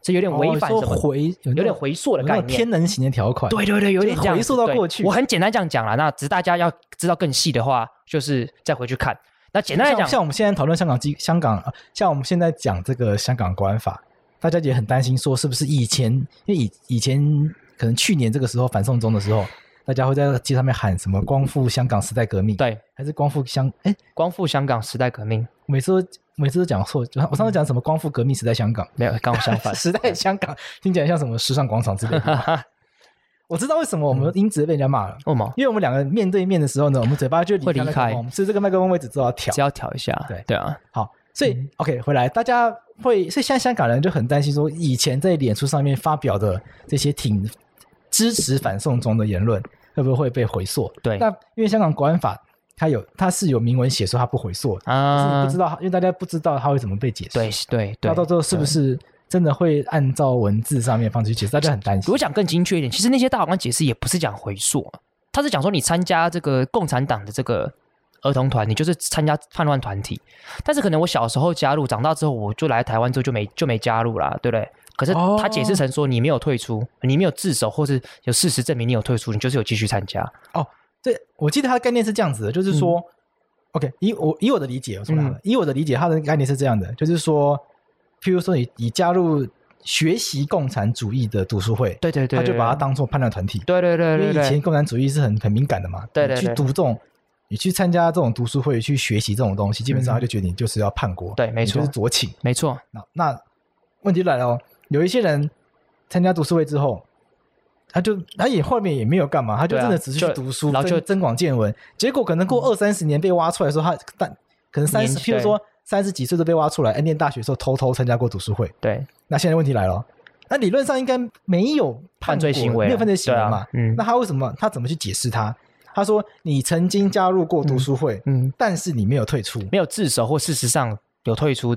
Speaker 2: 这有点违反
Speaker 1: 哦
Speaker 2: 什
Speaker 1: 说
Speaker 2: 么？
Speaker 1: 回有那
Speaker 2: 有点
Speaker 1: 种
Speaker 2: 回溯的
Speaker 1: 有那
Speaker 2: 概
Speaker 1: 种
Speaker 2: 念
Speaker 1: 天。能型的条款，
Speaker 2: 对对对，有
Speaker 1: 就是
Speaker 2: 点这样
Speaker 1: 回
Speaker 2: 子
Speaker 1: 溯到
Speaker 2: 对
Speaker 1: 过去
Speaker 2: 我很简单这样讲啦，那只是大家要知道更细的话，就是再回去看。那简单来
Speaker 1: 像
Speaker 2: 讲，
Speaker 1: 像我们现在讨论香港基香港，呃像我们现在讲这个香港国安法，大家也很担心说是不是以前，因为以以前可能去年这个时候反送中的时候，大家会在街上面喊什么“光复香港时代革命”，，
Speaker 2: 对
Speaker 1: 还是“光复香”？哎，
Speaker 2: 光复香港时代革命
Speaker 1: 每次都每次都讲错，就我上次讲什么“光复革命时代香港，
Speaker 2: 没有刚好 相”，反
Speaker 1: 时代香港听起来像什么时尚广场之类的。
Speaker 2: 哈 哈，
Speaker 1: 我知道为什么我
Speaker 2: 嗯
Speaker 1: 们音质被人家骂了。
Speaker 2: 为什么？
Speaker 1: 因为我们两个面对面的时候呢，我们嘴巴就
Speaker 2: 会
Speaker 1: 开
Speaker 2: 离
Speaker 1: 麦克
Speaker 2: 开
Speaker 1: 风，所以这个麦克风位置都要调
Speaker 2: 只。要调一下，
Speaker 1: 对
Speaker 2: 对啊，
Speaker 1: 好，所以、OK 回来，大家会所以现在香港人就很担心说，以前在脸书上面发表的这些挺支持反送中的言论，会不会被回溯？
Speaker 2: 对
Speaker 1: 那因为香港国安法它有它是有明文写说它不回溯的，就是
Speaker 2: 啊
Speaker 1: 不知，道，因为大家不知道它会怎么被解释。
Speaker 2: 对对对
Speaker 1: 那，到最后是不是真的会按照文字上面方式去解释？大家很担
Speaker 2: 如
Speaker 1: 心
Speaker 2: 果。讲更精确一点，其实那些大法官解释也不是讲回溯，他是讲说你参加这个共产党的这个儿童团，你就是参加叛乱团体。但是可能我小时候加入，长大之后我就来台湾之后就没就没加入啦，对不对？可是
Speaker 1: 哦
Speaker 2: 他解释成说你没有退出，你没有自首，或是有事实证明你有退出，你就是有继续参加。
Speaker 1: 对，我记得它的概念是这样子的，就是说、o k 以我以我的理解，我从哪了？
Speaker 2: 嗯
Speaker 1: 以我的理解，它的概念是这样的，就是说，譬如说你你加入学习共产主义的读书会，
Speaker 2: 对对对，
Speaker 1: 他就把它
Speaker 2: 对
Speaker 1: 当做叛乱团体，
Speaker 2: 对对对对
Speaker 1: 因为以前
Speaker 2: 对，
Speaker 1: 共产主义是很很敏感的嘛，
Speaker 2: 对对
Speaker 1: 你去
Speaker 2: 对
Speaker 1: 读这种。你去参加这种读书会，去学习这种东西，基本上
Speaker 2: 嗯
Speaker 1: 他就觉得你就是要叛国，
Speaker 2: 对没错
Speaker 1: 你就是左倾。
Speaker 2: 没错，
Speaker 1: 那那问题来了哦，有一些人参加读书会之后，他就他也后面也没有干嘛，他就
Speaker 2: 对啊
Speaker 1: 真的只是去
Speaker 2: 就
Speaker 1: 读书，
Speaker 2: 然后就嗯
Speaker 1: 增增广见闻。结果可能过二三十年被挖出来的时候，他但可能三十，
Speaker 2: 年
Speaker 1: 譬如说三十几岁都被挖出来，哎，念大学的时候偷偷参加过读书会。
Speaker 2: 对
Speaker 1: 那现在问题来了哦，那理论上应该没有叛
Speaker 2: 犯罪
Speaker 1: 国
Speaker 2: 行为啊
Speaker 1: 没有犯罪行为
Speaker 2: 对啊
Speaker 1: 嘛？
Speaker 2: 嗯
Speaker 1: 那他为什么他怎么去解释他？他说你曾经加入过读书会，
Speaker 2: 嗯，
Speaker 1: 但是你没有退出，
Speaker 2: 没有自首或事实上有退出，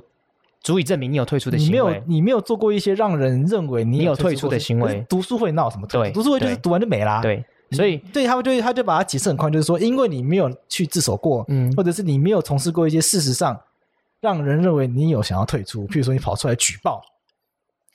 Speaker 2: 足以证明你有退啊出的
Speaker 1: 你
Speaker 2: 行
Speaker 1: 没有
Speaker 2: 为。
Speaker 1: 你没有做过一些让人认为你
Speaker 2: 你有退
Speaker 1: 出
Speaker 2: 出
Speaker 1: 过
Speaker 2: 的行为
Speaker 1: 可是读书会闹什么退
Speaker 2: 对
Speaker 1: 出？读书会就是
Speaker 2: 对
Speaker 1: 读完就没啦。
Speaker 2: 对，
Speaker 1: 嗯，
Speaker 2: 所以
Speaker 1: 对他们就他就把它解释很宽，就是说，因为你没有去自首过，
Speaker 2: 嗯
Speaker 1: 或者是你没有从事过一些事实上让人认为你有想要退出，譬如说你跑出来举报，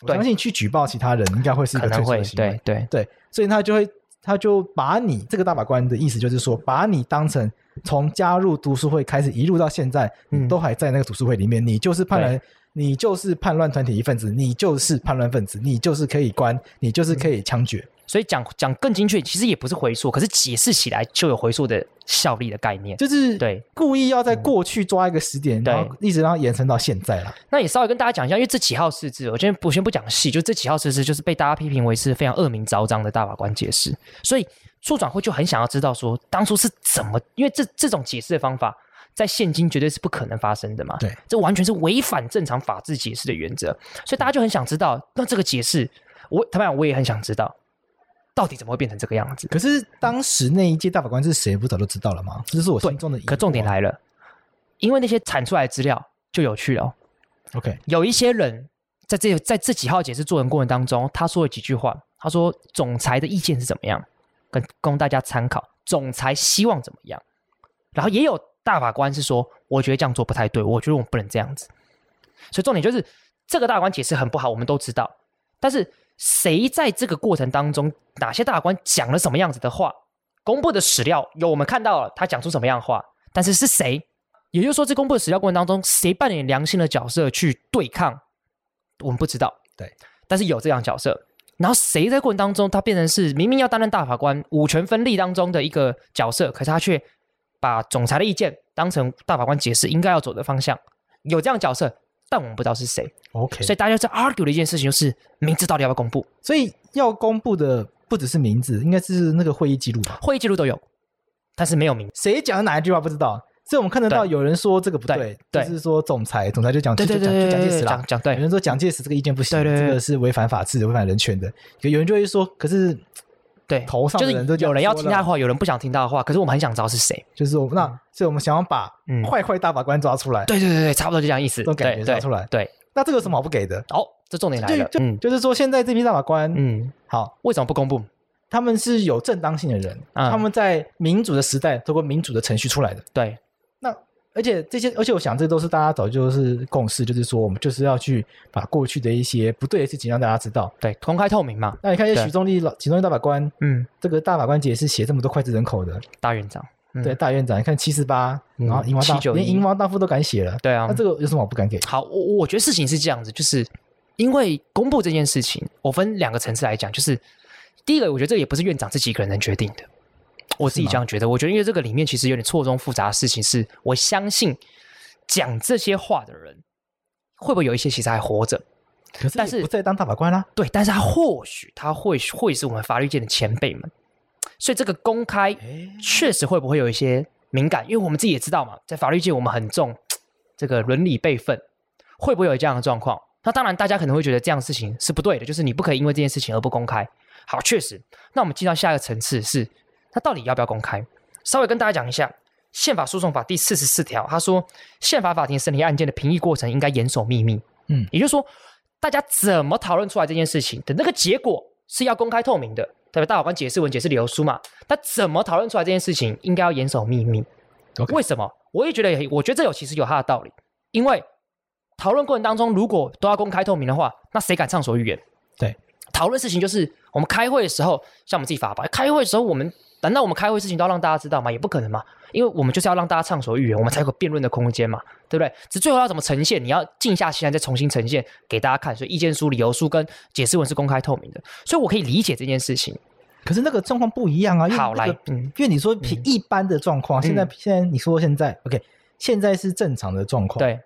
Speaker 1: 我
Speaker 2: 对
Speaker 1: 相信去举报其他人应该会是一
Speaker 2: 可
Speaker 1: 个退
Speaker 2: 能
Speaker 1: 出
Speaker 2: 会
Speaker 1: 的行为。
Speaker 2: 对对
Speaker 1: 对，所以他就会，他就把你这个大法官的意思就是说，把你当成从加入读书会开始一路到现在，
Speaker 2: 嗯
Speaker 1: 你都还在那个读书会里面，你就是叛乱，你就是叛乱团体一份子，你就是叛乱分子，你就是可以关，你就是可以枪决。
Speaker 2: 所以讲讲更精确，其实也不是回溯，可是解释起来就有回溯的效力的概念。
Speaker 1: 就是
Speaker 2: 对嗯
Speaker 1: 故意要在过去抓一个时点，
Speaker 2: 对
Speaker 1: 然后一直让它延伸到现在啦。
Speaker 2: 那也稍微跟大家讲一下，因为这几号释字，我今天不先不讲细，就这几号释字就是被大家批评为是非常恶名昭彰的大法官解释，所以促转会就很想要知道说当初是怎么，因为这这种解释的方法。在现今绝对是不可能发生的嘛，
Speaker 1: 对，
Speaker 2: 这完全是违反正常法治解释的原则，所以大家就很想知道，那这个解释，我坦白讲，我也很想知道，到底怎么会变成这个样子？
Speaker 1: 可是当时那一届大法官是谁，不早就知道了吗？这是我心中的疑惑。
Speaker 2: 可重点来了，因为那些产出来的资料就有趣了哦、
Speaker 1: ，OK，
Speaker 2: 有一些人在这在这几号解释作文过程当中，他说了几句话，他说总裁的意见是怎么样，跟供大家参考，总裁希望怎么样。然后也有大法官是说，我觉得这样做不太对，我觉得我们不能这样子。所以重点就是这个大法官解释很不好，我们都知道，但是谁在这个过程当中，哪些大法官讲了什么样子的话，公布的史料有我们看到了他讲出什么样的话，但是是谁？也就是说，这公布的史料过程当中，谁扮演良心的角色去对抗，我们不知道。
Speaker 1: 对，
Speaker 2: 但是有这样的角色。然后谁在过程当中，他变成是明明要担任大法官五权分立当中的一个角色，可是他却把总裁的意见当成大法官解释应该要走的方向。有这样的角色，但我们不知道是谁，
Speaker 1: OK，
Speaker 2: 所以大家在 argue 的一件事情就是，名字到底要不要公布？
Speaker 1: 所以要公布的不只是名字，应该是那个会议记录吧？
Speaker 2: 会议记录都有，但是没有名字。
Speaker 1: 谁讲的哪一句话不知道，所以我们看得到
Speaker 2: 对
Speaker 1: 有人说这个不对
Speaker 2: 对，对
Speaker 1: 就是说总裁，总裁就讲
Speaker 2: 对对
Speaker 1: 就
Speaker 2: 对
Speaker 1: 讲就
Speaker 2: 对
Speaker 1: 蒋
Speaker 2: 对
Speaker 1: 介
Speaker 2: 对，
Speaker 1: 石啦
Speaker 2: 讲。讲
Speaker 1: 有
Speaker 2: 对
Speaker 1: 人说蒋介石这个意见不行，
Speaker 2: 对对对
Speaker 1: 这个是违反法治的、违反人权的。有有人就会说，可是
Speaker 2: 对，
Speaker 1: 头上
Speaker 2: 就
Speaker 1: 的
Speaker 2: 是
Speaker 1: 人都这样
Speaker 2: 有人要
Speaker 1: 说
Speaker 2: 听他的
Speaker 1: 了
Speaker 2: 话，有人不想听他的话，可是我们很想知道是谁。
Speaker 1: 就是我那，所以我们想要把
Speaker 2: 嗯
Speaker 1: 坏坏大法官抓出来。
Speaker 2: 对对对对，差不多就这样意思。
Speaker 1: 这种感
Speaker 2: 对
Speaker 1: 觉
Speaker 2: 对
Speaker 1: 拿出来
Speaker 2: 对，
Speaker 1: 那这个有什么好不给的？
Speaker 2: 哦，这重点来
Speaker 1: 就
Speaker 2: 了。
Speaker 1: 就
Speaker 2: 嗯
Speaker 1: 就是说，现在这批大法官
Speaker 2: 嗯，
Speaker 1: 好，
Speaker 2: 为什么不公布？
Speaker 1: 他们是有正当性的人，
Speaker 2: 嗯
Speaker 1: 他们在民主的时代，透过民主的程序出来的。
Speaker 2: 对，
Speaker 1: 那而且这些，而且我想这都是大家早就是共识，就是说我们就是要去把过去的一些不对的事情让大家知道。
Speaker 2: 对，公开透明嘛。
Speaker 1: 那你看，
Speaker 2: 对
Speaker 1: 徐宗立老，徐宗立大法官，
Speaker 2: 嗯，
Speaker 1: 这个大法官姐是写这么多脍炙人口的，
Speaker 2: 大院长。嗯
Speaker 1: 对大院长，你看七十八，然后银王大，
Speaker 2: 791
Speaker 1: 连银王大夫都敢写了，
Speaker 2: 对啊
Speaker 1: 那这个有什么我不敢给？
Speaker 2: 好，我我觉得事情是这样子，就是因为公布这件事情，我分两个层次来讲，就是第一个，我觉得这个也不是院长自己一个人能决定的，我自己
Speaker 1: 是吗
Speaker 2: 这样觉得。我觉得因为这个里面其实有点错综复杂的事情是，我相信讲这些话的人会不会有一些其实还活着，
Speaker 1: 可是
Speaker 2: 但
Speaker 1: 你
Speaker 2: 是
Speaker 1: 不再当大法官啊啦，
Speaker 2: 对，但是他或许他会会是我们法律界的前辈们，所以这个公开确实会不会有一些敏感，因为我们自己也知道嘛，在法律界我们很重这个伦理辈分，会不会有这样的状况？那当然，大家可能会觉得这样的事情是不对的，就是你不可以因为这件事情而不公开。好，确实。那我们进到下一个层次是，那到底要不要公开？稍微跟大家讲一下，《宪法诉讼法》第四十四条，他说，宪法法庭审理案件的评议过程应该严守秘密。
Speaker 1: 嗯
Speaker 2: 也就是说，大家怎么讨论出来这件事情的那个结果是要公开透明的，代表大法官解释文解释理由书嘛？那怎么讨论出来这件事情，应该要严守秘密。
Speaker 1: OK
Speaker 2: 为什么？我也觉得，我觉得这有其实有它的道理，因为讨论过程当中如果都要公开透明的话，那谁敢畅所欲言？
Speaker 1: 对，
Speaker 2: 讨论事情就是我们开会的时候，像我们自己法白，开会的时候我们。难道我们开会事情都要让大家知道吗？也不可能嘛，因为我们就是要让大家畅所欲言，我们才有个辩论的空间嘛。对不对？只最后要怎么呈现，你要静下心来再重新呈现给大家看。所以意见书、理由书跟解释文是公开透明的，所以我可以理解这件事情。
Speaker 1: 可是那个状况不一样啊，因为
Speaker 2: 好
Speaker 1: 那
Speaker 2: 来
Speaker 1: 个，
Speaker 2: 嗯，
Speaker 1: 因为你说平一般的状况，现在
Speaker 2: 嗯
Speaker 1: 现在你说现在 OK，现在是正常的状况，。
Speaker 2: 对，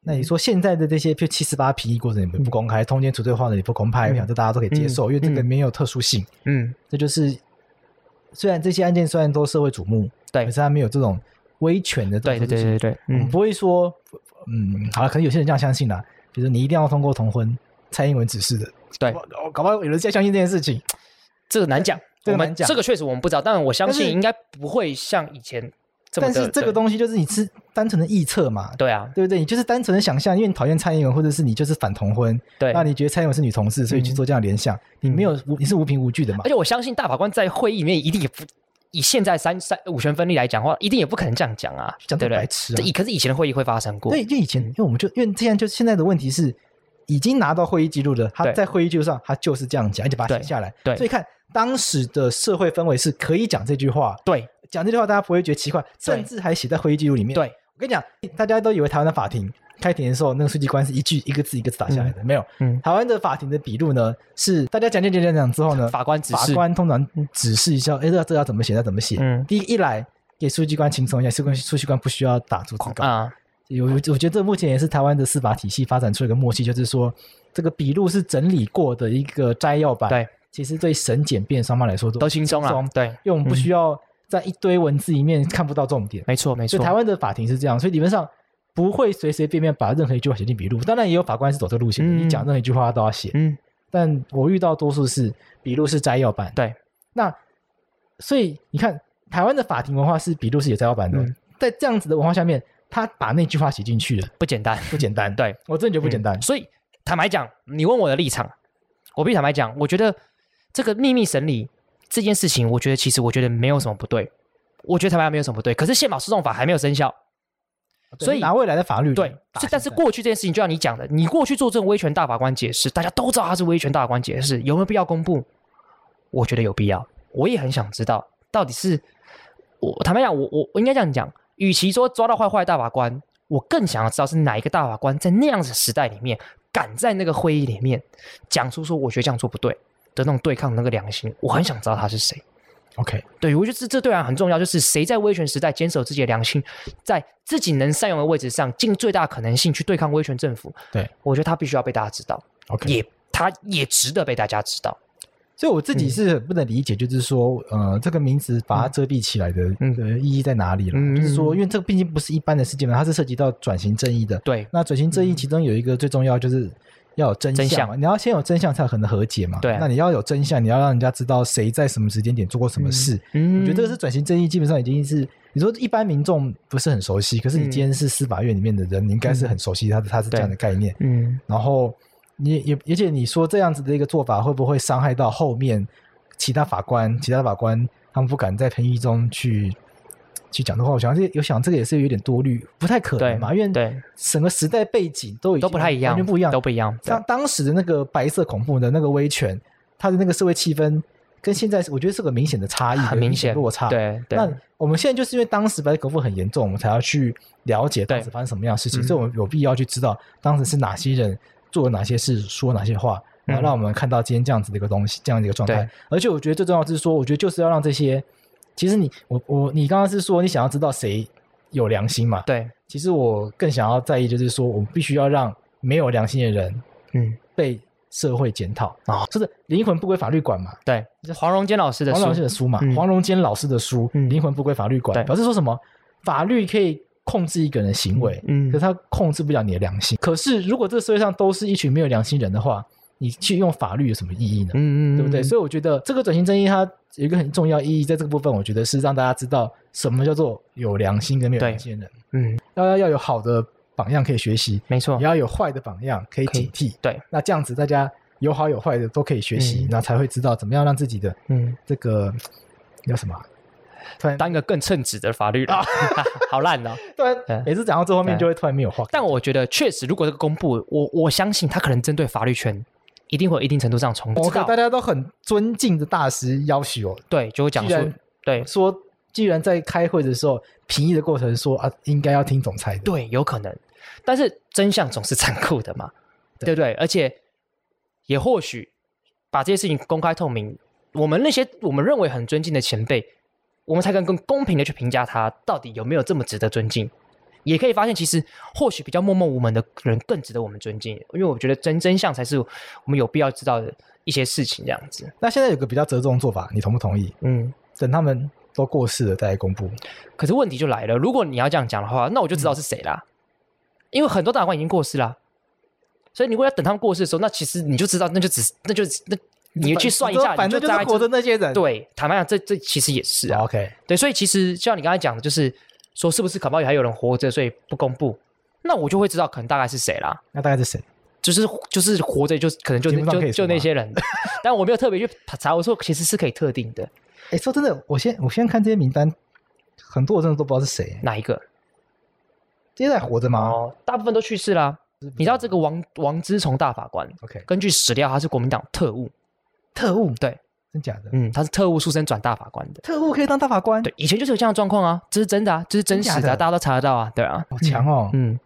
Speaker 1: 那你说现在的这些，譬如七十八评议过程你们不公开，通奸除罪化的你不公开，
Speaker 2: 嗯
Speaker 1: 我想这大家都可以接受，
Speaker 2: 嗯
Speaker 1: 因为这个没有特殊性。
Speaker 2: 嗯，
Speaker 1: 这就是虽然这些案件虽然都社会瞩目，
Speaker 2: 对
Speaker 1: 可是它没有这种威权的
Speaker 2: 对
Speaker 1: 这种
Speaker 2: 对对
Speaker 1: 事情
Speaker 2: 对对，
Speaker 1: 我们
Speaker 2: 嗯，
Speaker 1: 不会说，嗯，好了，可能有些人这样相信啦，比如说你一定要通过同婚，蔡英文指示的，
Speaker 2: 对
Speaker 1: 搞不好哦搞不好有人在相信这件事情，
Speaker 2: 这个难讲，
Speaker 1: 这个
Speaker 2: 我们
Speaker 1: 难讲
Speaker 2: 这个确实我们不知道，但我相
Speaker 1: 但
Speaker 2: 信
Speaker 1: 是
Speaker 2: 应该不会像以前这么
Speaker 1: 但
Speaker 2: 的。
Speaker 1: 是这个
Speaker 2: 对
Speaker 1: 东西就是你是单纯的臆测嘛，
Speaker 2: 对啊，
Speaker 1: 对不对？你就是单纯的想象，因为你讨厌蔡英文，或者是你就是反同婚，
Speaker 2: 对。嗯
Speaker 1: 那你觉得蔡英文是女同志，所以去做这样的联想，你没有无你是无凭无据的嘛
Speaker 2: 而？且我相信大法官在会议里面一定也不以现在三三五权分立来讲的话，一定也不可能这样讲啊，
Speaker 1: 讲
Speaker 2: 对
Speaker 1: 得
Speaker 2: 不对？
Speaker 1: 白痴啊
Speaker 2: 这以可是以前的会议会发生过，
Speaker 1: 对，就以前，因为我们就因为现在就现在的问题是，已经拿到会议记录的，他
Speaker 2: 对
Speaker 1: 在会议记录上他就是这样讲，而且把它写
Speaker 2: 对
Speaker 1: 下来。
Speaker 2: 对
Speaker 1: 所以看当时的社会氛围是可以讲这句话，
Speaker 2: 对
Speaker 1: 讲这句话大家不会觉得奇怪，甚至还写在会议记录里面。
Speaker 2: 对，
Speaker 1: 我跟你讲，大家都以为台湾的法庭开庭的时候，那个书记官是一句一个字一个字打下来的，没有。
Speaker 2: 嗯
Speaker 1: 台湾的法庭的笔录呢，是大家讲讲讲讲讲之后呢，
Speaker 2: 法官指
Speaker 1: 法
Speaker 2: 示
Speaker 1: 官通常指示一下，哎、这这要怎么写，要怎么写。
Speaker 2: 嗯
Speaker 1: 第一一来给书记官轻松一下，书记官书记官不需要打逐字稿。
Speaker 2: 啊，
Speaker 1: 有有，我觉得这目前也是台湾的司法体系发展出一个默契，就是说这个笔录是整理过的一个摘要版。
Speaker 2: 对，
Speaker 1: 其实对审检辩双方来说都
Speaker 2: 都轻松了，对，
Speaker 1: 因为我们不需要在一堆文字里面看不到重点。
Speaker 2: 没错没
Speaker 1: 所
Speaker 2: 错
Speaker 1: 以。台湾的法庭是这样，所以理论上不会随随便便把任何一句话写进笔录。当然也有法官是走这个路线的，
Speaker 2: 嗯
Speaker 1: 你讲任何一句话他都要写。
Speaker 2: 嗯，
Speaker 1: 但我遇到多数是笔录是摘要版。
Speaker 2: 对，
Speaker 1: 那所以你看，台湾的法庭文化是笔录是有摘要版的，哦
Speaker 2: 嗯
Speaker 1: 在这样子的文化下面，他把那句话写进去了，
Speaker 2: 不简单，
Speaker 1: 不简单。
Speaker 2: 对，嗯
Speaker 1: 我真的觉得不简单。
Speaker 2: 所以坦白讲，你问我的立场，我必须坦白讲，我觉得这个秘密审理这件事情，我觉得其实我觉得没有什么不对，我觉得坦白讲没有什么不对。可是宪法诉讼法还没有生效，
Speaker 1: 对
Speaker 2: 所以
Speaker 1: 拿未来的法律
Speaker 2: 对，
Speaker 1: 打
Speaker 2: 所以
Speaker 1: 现
Speaker 2: 但是
Speaker 1: 在
Speaker 2: 过去这件事情，就像你讲的，你过去做这种威权大法官解释，大家都知道他是威权大法官解释，有没有必要公布？我觉得有必要，我也很想知道到底是我坦白讲，我我我应该这样讲，与其说抓到坏坏大法官，我更想要知道是哪一个大法官在那样子的时代里面，敢在那个会议里面讲出说我觉得这样做不对的那种对抗的那个良心，我很想知道他是谁。
Speaker 1: OK，
Speaker 2: 对，我觉得这这对然很重要，就是谁在威权时代坚守自己的良心，在自己能善用的位置上，尽最大可能性去对抗威权政府。
Speaker 1: 对，
Speaker 2: 我觉得他必须要被大家知道，
Speaker 1: OK，
Speaker 2: 也他也值得被大家知道。
Speaker 1: 所以我自
Speaker 2: 嗯
Speaker 1: 己是很不能理解，就是说，呃，这个名词把它遮蔽起来的
Speaker 2: 嗯
Speaker 1: 呃意义在哪里了？
Speaker 2: 嗯
Speaker 1: 就是说，因为这个毕竟不是一般的事件嘛，它是涉及到转型正义的。
Speaker 2: 对，
Speaker 1: 那转型正义其中有一个最重要就是要有真
Speaker 2: 嗯真
Speaker 1: 相嘛，
Speaker 2: 相
Speaker 1: 你要先有真相才有可能和解嘛。
Speaker 2: 对
Speaker 1: 那你要有真相，你要让人家知道谁在什么时间点做过什么事。
Speaker 2: 嗯
Speaker 1: 我觉得这个是转型正义，基本上已经是你说一般民众不是很熟悉，可是你
Speaker 2: 嗯
Speaker 1: 今天是司法院里面的人，你应该是很熟悉它的，它是这样的概念。
Speaker 2: 嗯，
Speaker 1: 然后你也，而且你说这样子的一个做法会不会伤害到后面其他法官、其他法官他们不敢在评议中去去讲的话，我想这有想这个也是有点多虑，不太可能嘛，因为
Speaker 2: 对，
Speaker 1: 整个时代背景都已经
Speaker 2: 都不太一样，
Speaker 1: 完全不一样
Speaker 2: 都。不一样。对
Speaker 1: 当当时的那个白色恐怖的那个威权，它的那个社会气氛跟现在是我觉得是个明显的差异，
Speaker 2: 很
Speaker 1: 有
Speaker 2: 明
Speaker 1: 明显
Speaker 2: 显
Speaker 1: 落差。
Speaker 2: 对对
Speaker 1: 那我们现在就是因为当时白色恐怖很严重，我们才要去了解当时
Speaker 2: 对
Speaker 1: 发生什么样的事情，
Speaker 2: 嗯
Speaker 1: 所以我们有必要去知道当时是哪些人做了哪些事，说了哪些话，然后
Speaker 2: 嗯
Speaker 1: 让我们看到今天这样子的一个东西，这样的一个状态
Speaker 2: 对。
Speaker 1: 而且我觉得最重要的是说，我觉得就是要让这些，其实你我我你刚刚是说你想要知道谁有良心嘛？
Speaker 2: 对，
Speaker 1: 其实我更想要在意就是说，我们必须要让没有良心的人
Speaker 2: 嗯，
Speaker 1: 被社会检讨
Speaker 2: 哦，
Speaker 1: 就是灵魂不归法律管嘛。
Speaker 2: 对，黄荣坚老师的
Speaker 1: 黄
Speaker 2: 书
Speaker 1: 老师的书嘛，
Speaker 2: 嗯
Speaker 1: 黄荣坚老师的书《
Speaker 2: 嗯
Speaker 1: 灵魂不归法律管》，
Speaker 2: 对
Speaker 1: 表示说什么？法律可以控制一个人的行为，
Speaker 2: 嗯
Speaker 1: 可是他控制不了你的良心。可是如果这社会上都是一群没有良心人的话，你去用法律有什么意义呢？
Speaker 2: 嗯嗯，
Speaker 1: 对不对？
Speaker 2: 嗯
Speaker 1: 所以我觉得这个转型正义它有一个很重要意义，在这个部分，我觉得是让大家知道什么叫做有良心跟没有
Speaker 2: 对
Speaker 1: 良心的人，
Speaker 2: 嗯，
Speaker 1: 要要要有好的榜样可以学习，
Speaker 2: 没错
Speaker 1: 也，要有坏的榜样可以
Speaker 2: 可以
Speaker 1: 警惕。
Speaker 2: 对，
Speaker 1: 那这样子大家有好有坏的都可以学习，
Speaker 2: 嗯
Speaker 1: 那才会知道怎么样让自己的
Speaker 2: 嗯，
Speaker 1: 这个叫什么啊、突然
Speaker 2: 当一个更称职的法律人， 好烂哦。
Speaker 1: 突
Speaker 2: 对
Speaker 1: 然每次讲到最后面
Speaker 2: 对
Speaker 1: 就会突然没有话讲。
Speaker 2: 但我觉得确实，如果这个公布，我我相信他可能针对法律圈一定会有一定程度上重
Speaker 1: 我
Speaker 2: 知
Speaker 1: 靠，
Speaker 2: 道
Speaker 1: 大家都很尊敬的大师要许我
Speaker 2: 对，就会讲
Speaker 1: 居
Speaker 2: 说
Speaker 1: 然
Speaker 2: 对
Speaker 1: 说，既然在开会的时候评议的过程说啊，应该要听总裁的。
Speaker 2: 对，有可能，但是真相总是残酷的嘛，
Speaker 1: 对
Speaker 2: 对不对？而且也或许把这些事情公开透明，我们那些我们认为很尊敬的前辈，我们才能更公平的去评价他到底有没有这么值得尊敬。也可以发现，其实或许比较默默无闻的人更值得我们尊敬，因为我觉得真真相才是我们有必要知道的一些事情，这样子。
Speaker 1: 那现在有个比较折中的做法，你同不同意？
Speaker 2: 嗯，
Speaker 1: 等他们都过世了再来公布。
Speaker 2: 可是问题就来了，如果你要这样讲的话，那我就知道是谁
Speaker 1: 嗯
Speaker 2: 啦，因为很多大法官已经过世啦，所以你如果要等他们过世的时候，那其实你就知道，那就只是那就那你去算一下，
Speaker 1: 反
Speaker 2: 你
Speaker 1: 正就
Speaker 2: 就
Speaker 1: 是
Speaker 2: 大概
Speaker 1: 活着哦那些人。
Speaker 2: 对，坦白讲，这这其实也是啊，
Speaker 1: ，OK，
Speaker 2: 对，所以其实就像你刚才讲的，就是说是不是可能还有人活着，所以不公布，那我就会知道可能大概是谁啦。
Speaker 1: 那大概是谁？
Speaker 2: 就是就是活着就可能就
Speaker 1: 节目上可以说
Speaker 2: 就就
Speaker 1: 吗
Speaker 2: 那些人，但我没有特别去查，我说其实是可以特定的
Speaker 1: 哎，说真的，我现我现在看这些名单，很多我真的都不知道是谁。
Speaker 2: 哪一个
Speaker 1: 这些人还活着吗
Speaker 2: 哦，大部分都去世啦。你知道这个王王之崇大法官，
Speaker 1: ？OK，
Speaker 2: 根据史料，他是国民党特务，
Speaker 1: 特务，
Speaker 2: 对，
Speaker 1: 真假的？
Speaker 2: 嗯，他是特务出身转大法官的，
Speaker 1: 特务可以当大法官，
Speaker 2: 对，以前就是有这样的状况啊，这是真的啊，这是真实
Speaker 1: 真假
Speaker 2: 的啊、
Speaker 1: 的
Speaker 2: 大家都查得到啊，对啊，
Speaker 1: 好强哦！哎
Speaker 2: 嗯，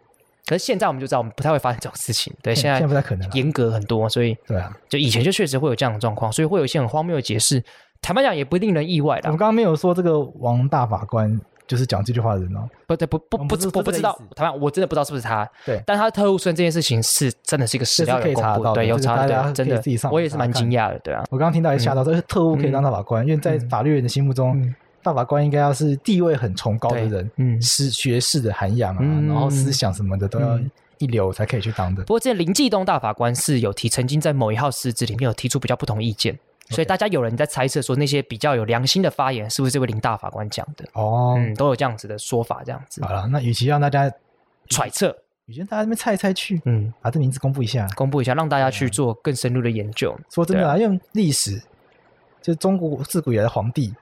Speaker 2: 可是现在我们就知道，我们不太会发生这种事情，对，
Speaker 1: 现
Speaker 2: 现
Speaker 1: 现在不
Speaker 2: 在
Speaker 1: 太可能了，
Speaker 2: 严格很多，所以
Speaker 1: 对啊。
Speaker 2: 就以前就确实会有这样的状况，所以会有一些很荒谬的解释，坦白讲也不令人意外
Speaker 1: 我
Speaker 2: 啦
Speaker 1: 们，刚刚没有说这个王大法官就是讲这句话的人哦。
Speaker 2: 不对不不
Speaker 1: 我们
Speaker 2: 不
Speaker 1: 不是
Speaker 2: 知我
Speaker 1: 不
Speaker 2: 不
Speaker 1: 是这
Speaker 2: 知
Speaker 1: 个
Speaker 2: 道
Speaker 1: 意思，
Speaker 2: 坦白讲我真的不知道是不是他，
Speaker 1: 对
Speaker 2: 但他特务出身这件事情是真的是一个史
Speaker 1: 这是
Speaker 2: 料
Speaker 1: 可以
Speaker 2: 有公
Speaker 1: 查得
Speaker 2: 布
Speaker 1: 到，的
Speaker 2: 对，有
Speaker 1: 这个
Speaker 2: 查
Speaker 1: 大家
Speaker 2: 的，
Speaker 1: 可
Speaker 2: 真
Speaker 1: 以
Speaker 2: 的
Speaker 1: 自己上，网
Speaker 2: 我也是蛮
Speaker 1: 查看
Speaker 2: 惊讶的，对啊，
Speaker 1: 我刚刚听到也吓到，这是特务可以当
Speaker 2: 嗯
Speaker 1: 大法官，因为在法律人的心目中，
Speaker 2: 嗯
Speaker 1: 大法官应该要是地位很崇高的
Speaker 2: 对
Speaker 1: 人，
Speaker 2: 嗯
Speaker 1: 是学士的涵养啊，
Speaker 2: 嗯
Speaker 1: 然后思想什么的都要
Speaker 2: 嗯
Speaker 1: 一流才可以去当的。
Speaker 2: 不过，之前林继东大法官是有提，曾经在某一号狮子里面有提出比较不同意见，所以大家有人在猜测说那些比较有良心的发言是不是这位林大法官讲的？
Speaker 1: 哦，
Speaker 2: 嗯，都有这样子的说法，这样子
Speaker 1: 好了，那与其让大家，
Speaker 2: 揣测，
Speaker 1: 与其让大家这边猜来猜去，
Speaker 2: 嗯，
Speaker 1: 把这名字公布一下。
Speaker 2: 公布一下，让大家
Speaker 1: 嗯
Speaker 2: 去做更深入的研究。
Speaker 1: 说真的
Speaker 2: 对
Speaker 1: 啊，因为历史就是中国自古以来的皇帝，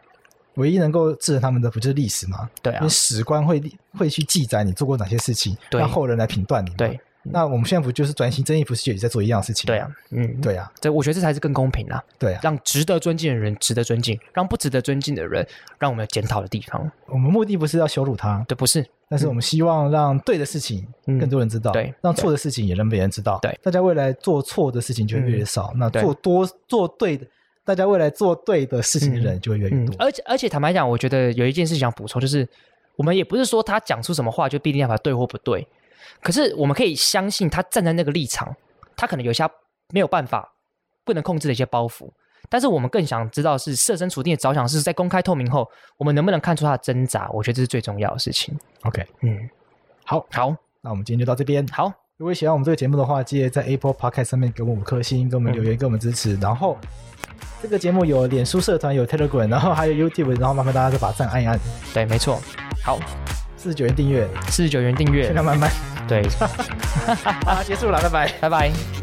Speaker 1: 唯一能够制衡他们的不就是历史吗？
Speaker 2: 对
Speaker 1: 因
Speaker 2: 啊
Speaker 1: 为，史官会会去记载你做过哪些事情，
Speaker 2: 对
Speaker 1: 让后人来评断你嘛。
Speaker 2: 对
Speaker 1: 那我们现在不就是转型正义，不是也在做一样的事情？
Speaker 2: 对啊，，嗯，，
Speaker 1: 对啊，
Speaker 2: 这我觉得这才是更公平啦，
Speaker 1: 对啊。
Speaker 2: 让值得尊敬的人值得尊敬，让不值得尊敬的人让我们有检讨的地方。
Speaker 1: 我们目的不是要羞辱他，
Speaker 2: 对，不是，
Speaker 1: 但是我们希望让对的事情
Speaker 2: 嗯
Speaker 1: 更多人知道，
Speaker 2: 对
Speaker 1: 让错的事情也让别人知道，
Speaker 2: 对，嗯
Speaker 1: 大家未来做错的事情就会越来越少，那
Speaker 2: 对
Speaker 1: 做多做对的，大家未来做对的事情的人就会越来越
Speaker 2: 嗯
Speaker 1: 多，。
Speaker 2: 而且而且坦白讲，我觉得有一件事情想补充，就是我们也不是说他讲出什么话就必定要把它对或不对，可是我们可以相信他站在那个立场，他可能有一些没有办法、不能控制的一些包袱。但是我们更想知道是设身处地的着想，是在公开透明后，我们能不能看出他的挣扎？我觉得这是最重要的事情。
Speaker 1: OK，
Speaker 2: 嗯，
Speaker 1: 好，
Speaker 2: 好，
Speaker 1: 那我们今天就到这边。
Speaker 2: 好，
Speaker 1: 如果喜欢我们这个节目的话，记得在 Apple Podcast 上面给我们五颗星，给我们留言，给我们支持。然后这个节目有脸书社团，有 Telegram，然后还有 YouTube，然后麻烦大家再把赞按一按，
Speaker 2: 对，没错，好，
Speaker 1: 四十 九元订阅，
Speaker 2: 四十九元订阅
Speaker 1: 限量，慢慢。
Speaker 2: 对，
Speaker 1: 好，结束了，拜拜。
Speaker 2: 拜拜。